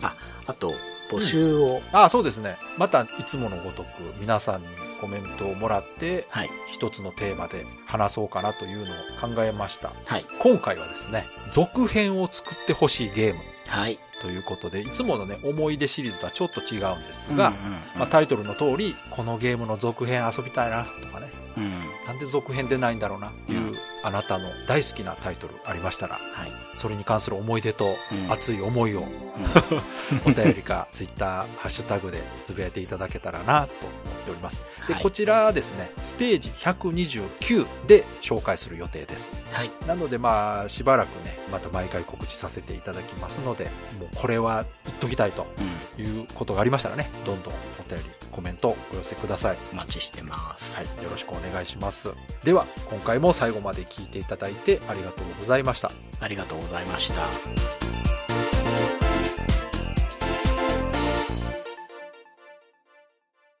C: あ、あと、募集を、
B: ああそうですねまたいつものごとく皆さんにコメントをもらって
C: はい。
B: 一つのテーマで話そうかなというのを考えました
C: はい。
B: 今回はですね続編を作ってほしいゲーム
C: はい。
B: ということでいつものね思い出シリーズとはちょっと違うんですが、
C: うんうんうん
B: まあ、タイトルの通りこのゲームの続編遊びたいなとかね
C: うん。
B: なんで続編出ないんだろうなっていう、
C: うん
B: あなたの大好きなタイトルありましたら
C: はい。
B: それに関する思い出と
C: うん
B: 熱い思いを
C: うん
B: お便りか Twitter ハッシュタグでつぶやいていただけたらなと思っておりますで、
C: はい
B: こちらですねステージ129で紹介する予定です
C: はい。
B: なのでまあしばらくねまた毎回告知させていただきますのでもうこれは言っときたいと
C: うん。
B: いうことがありましたらねどんどんお便りコメントお寄せください
C: お待ちしてます。
B: はい、よろしくお願いします。では、今回も最後まで聞いていただいてありがとうございました。
C: ありがとうございました。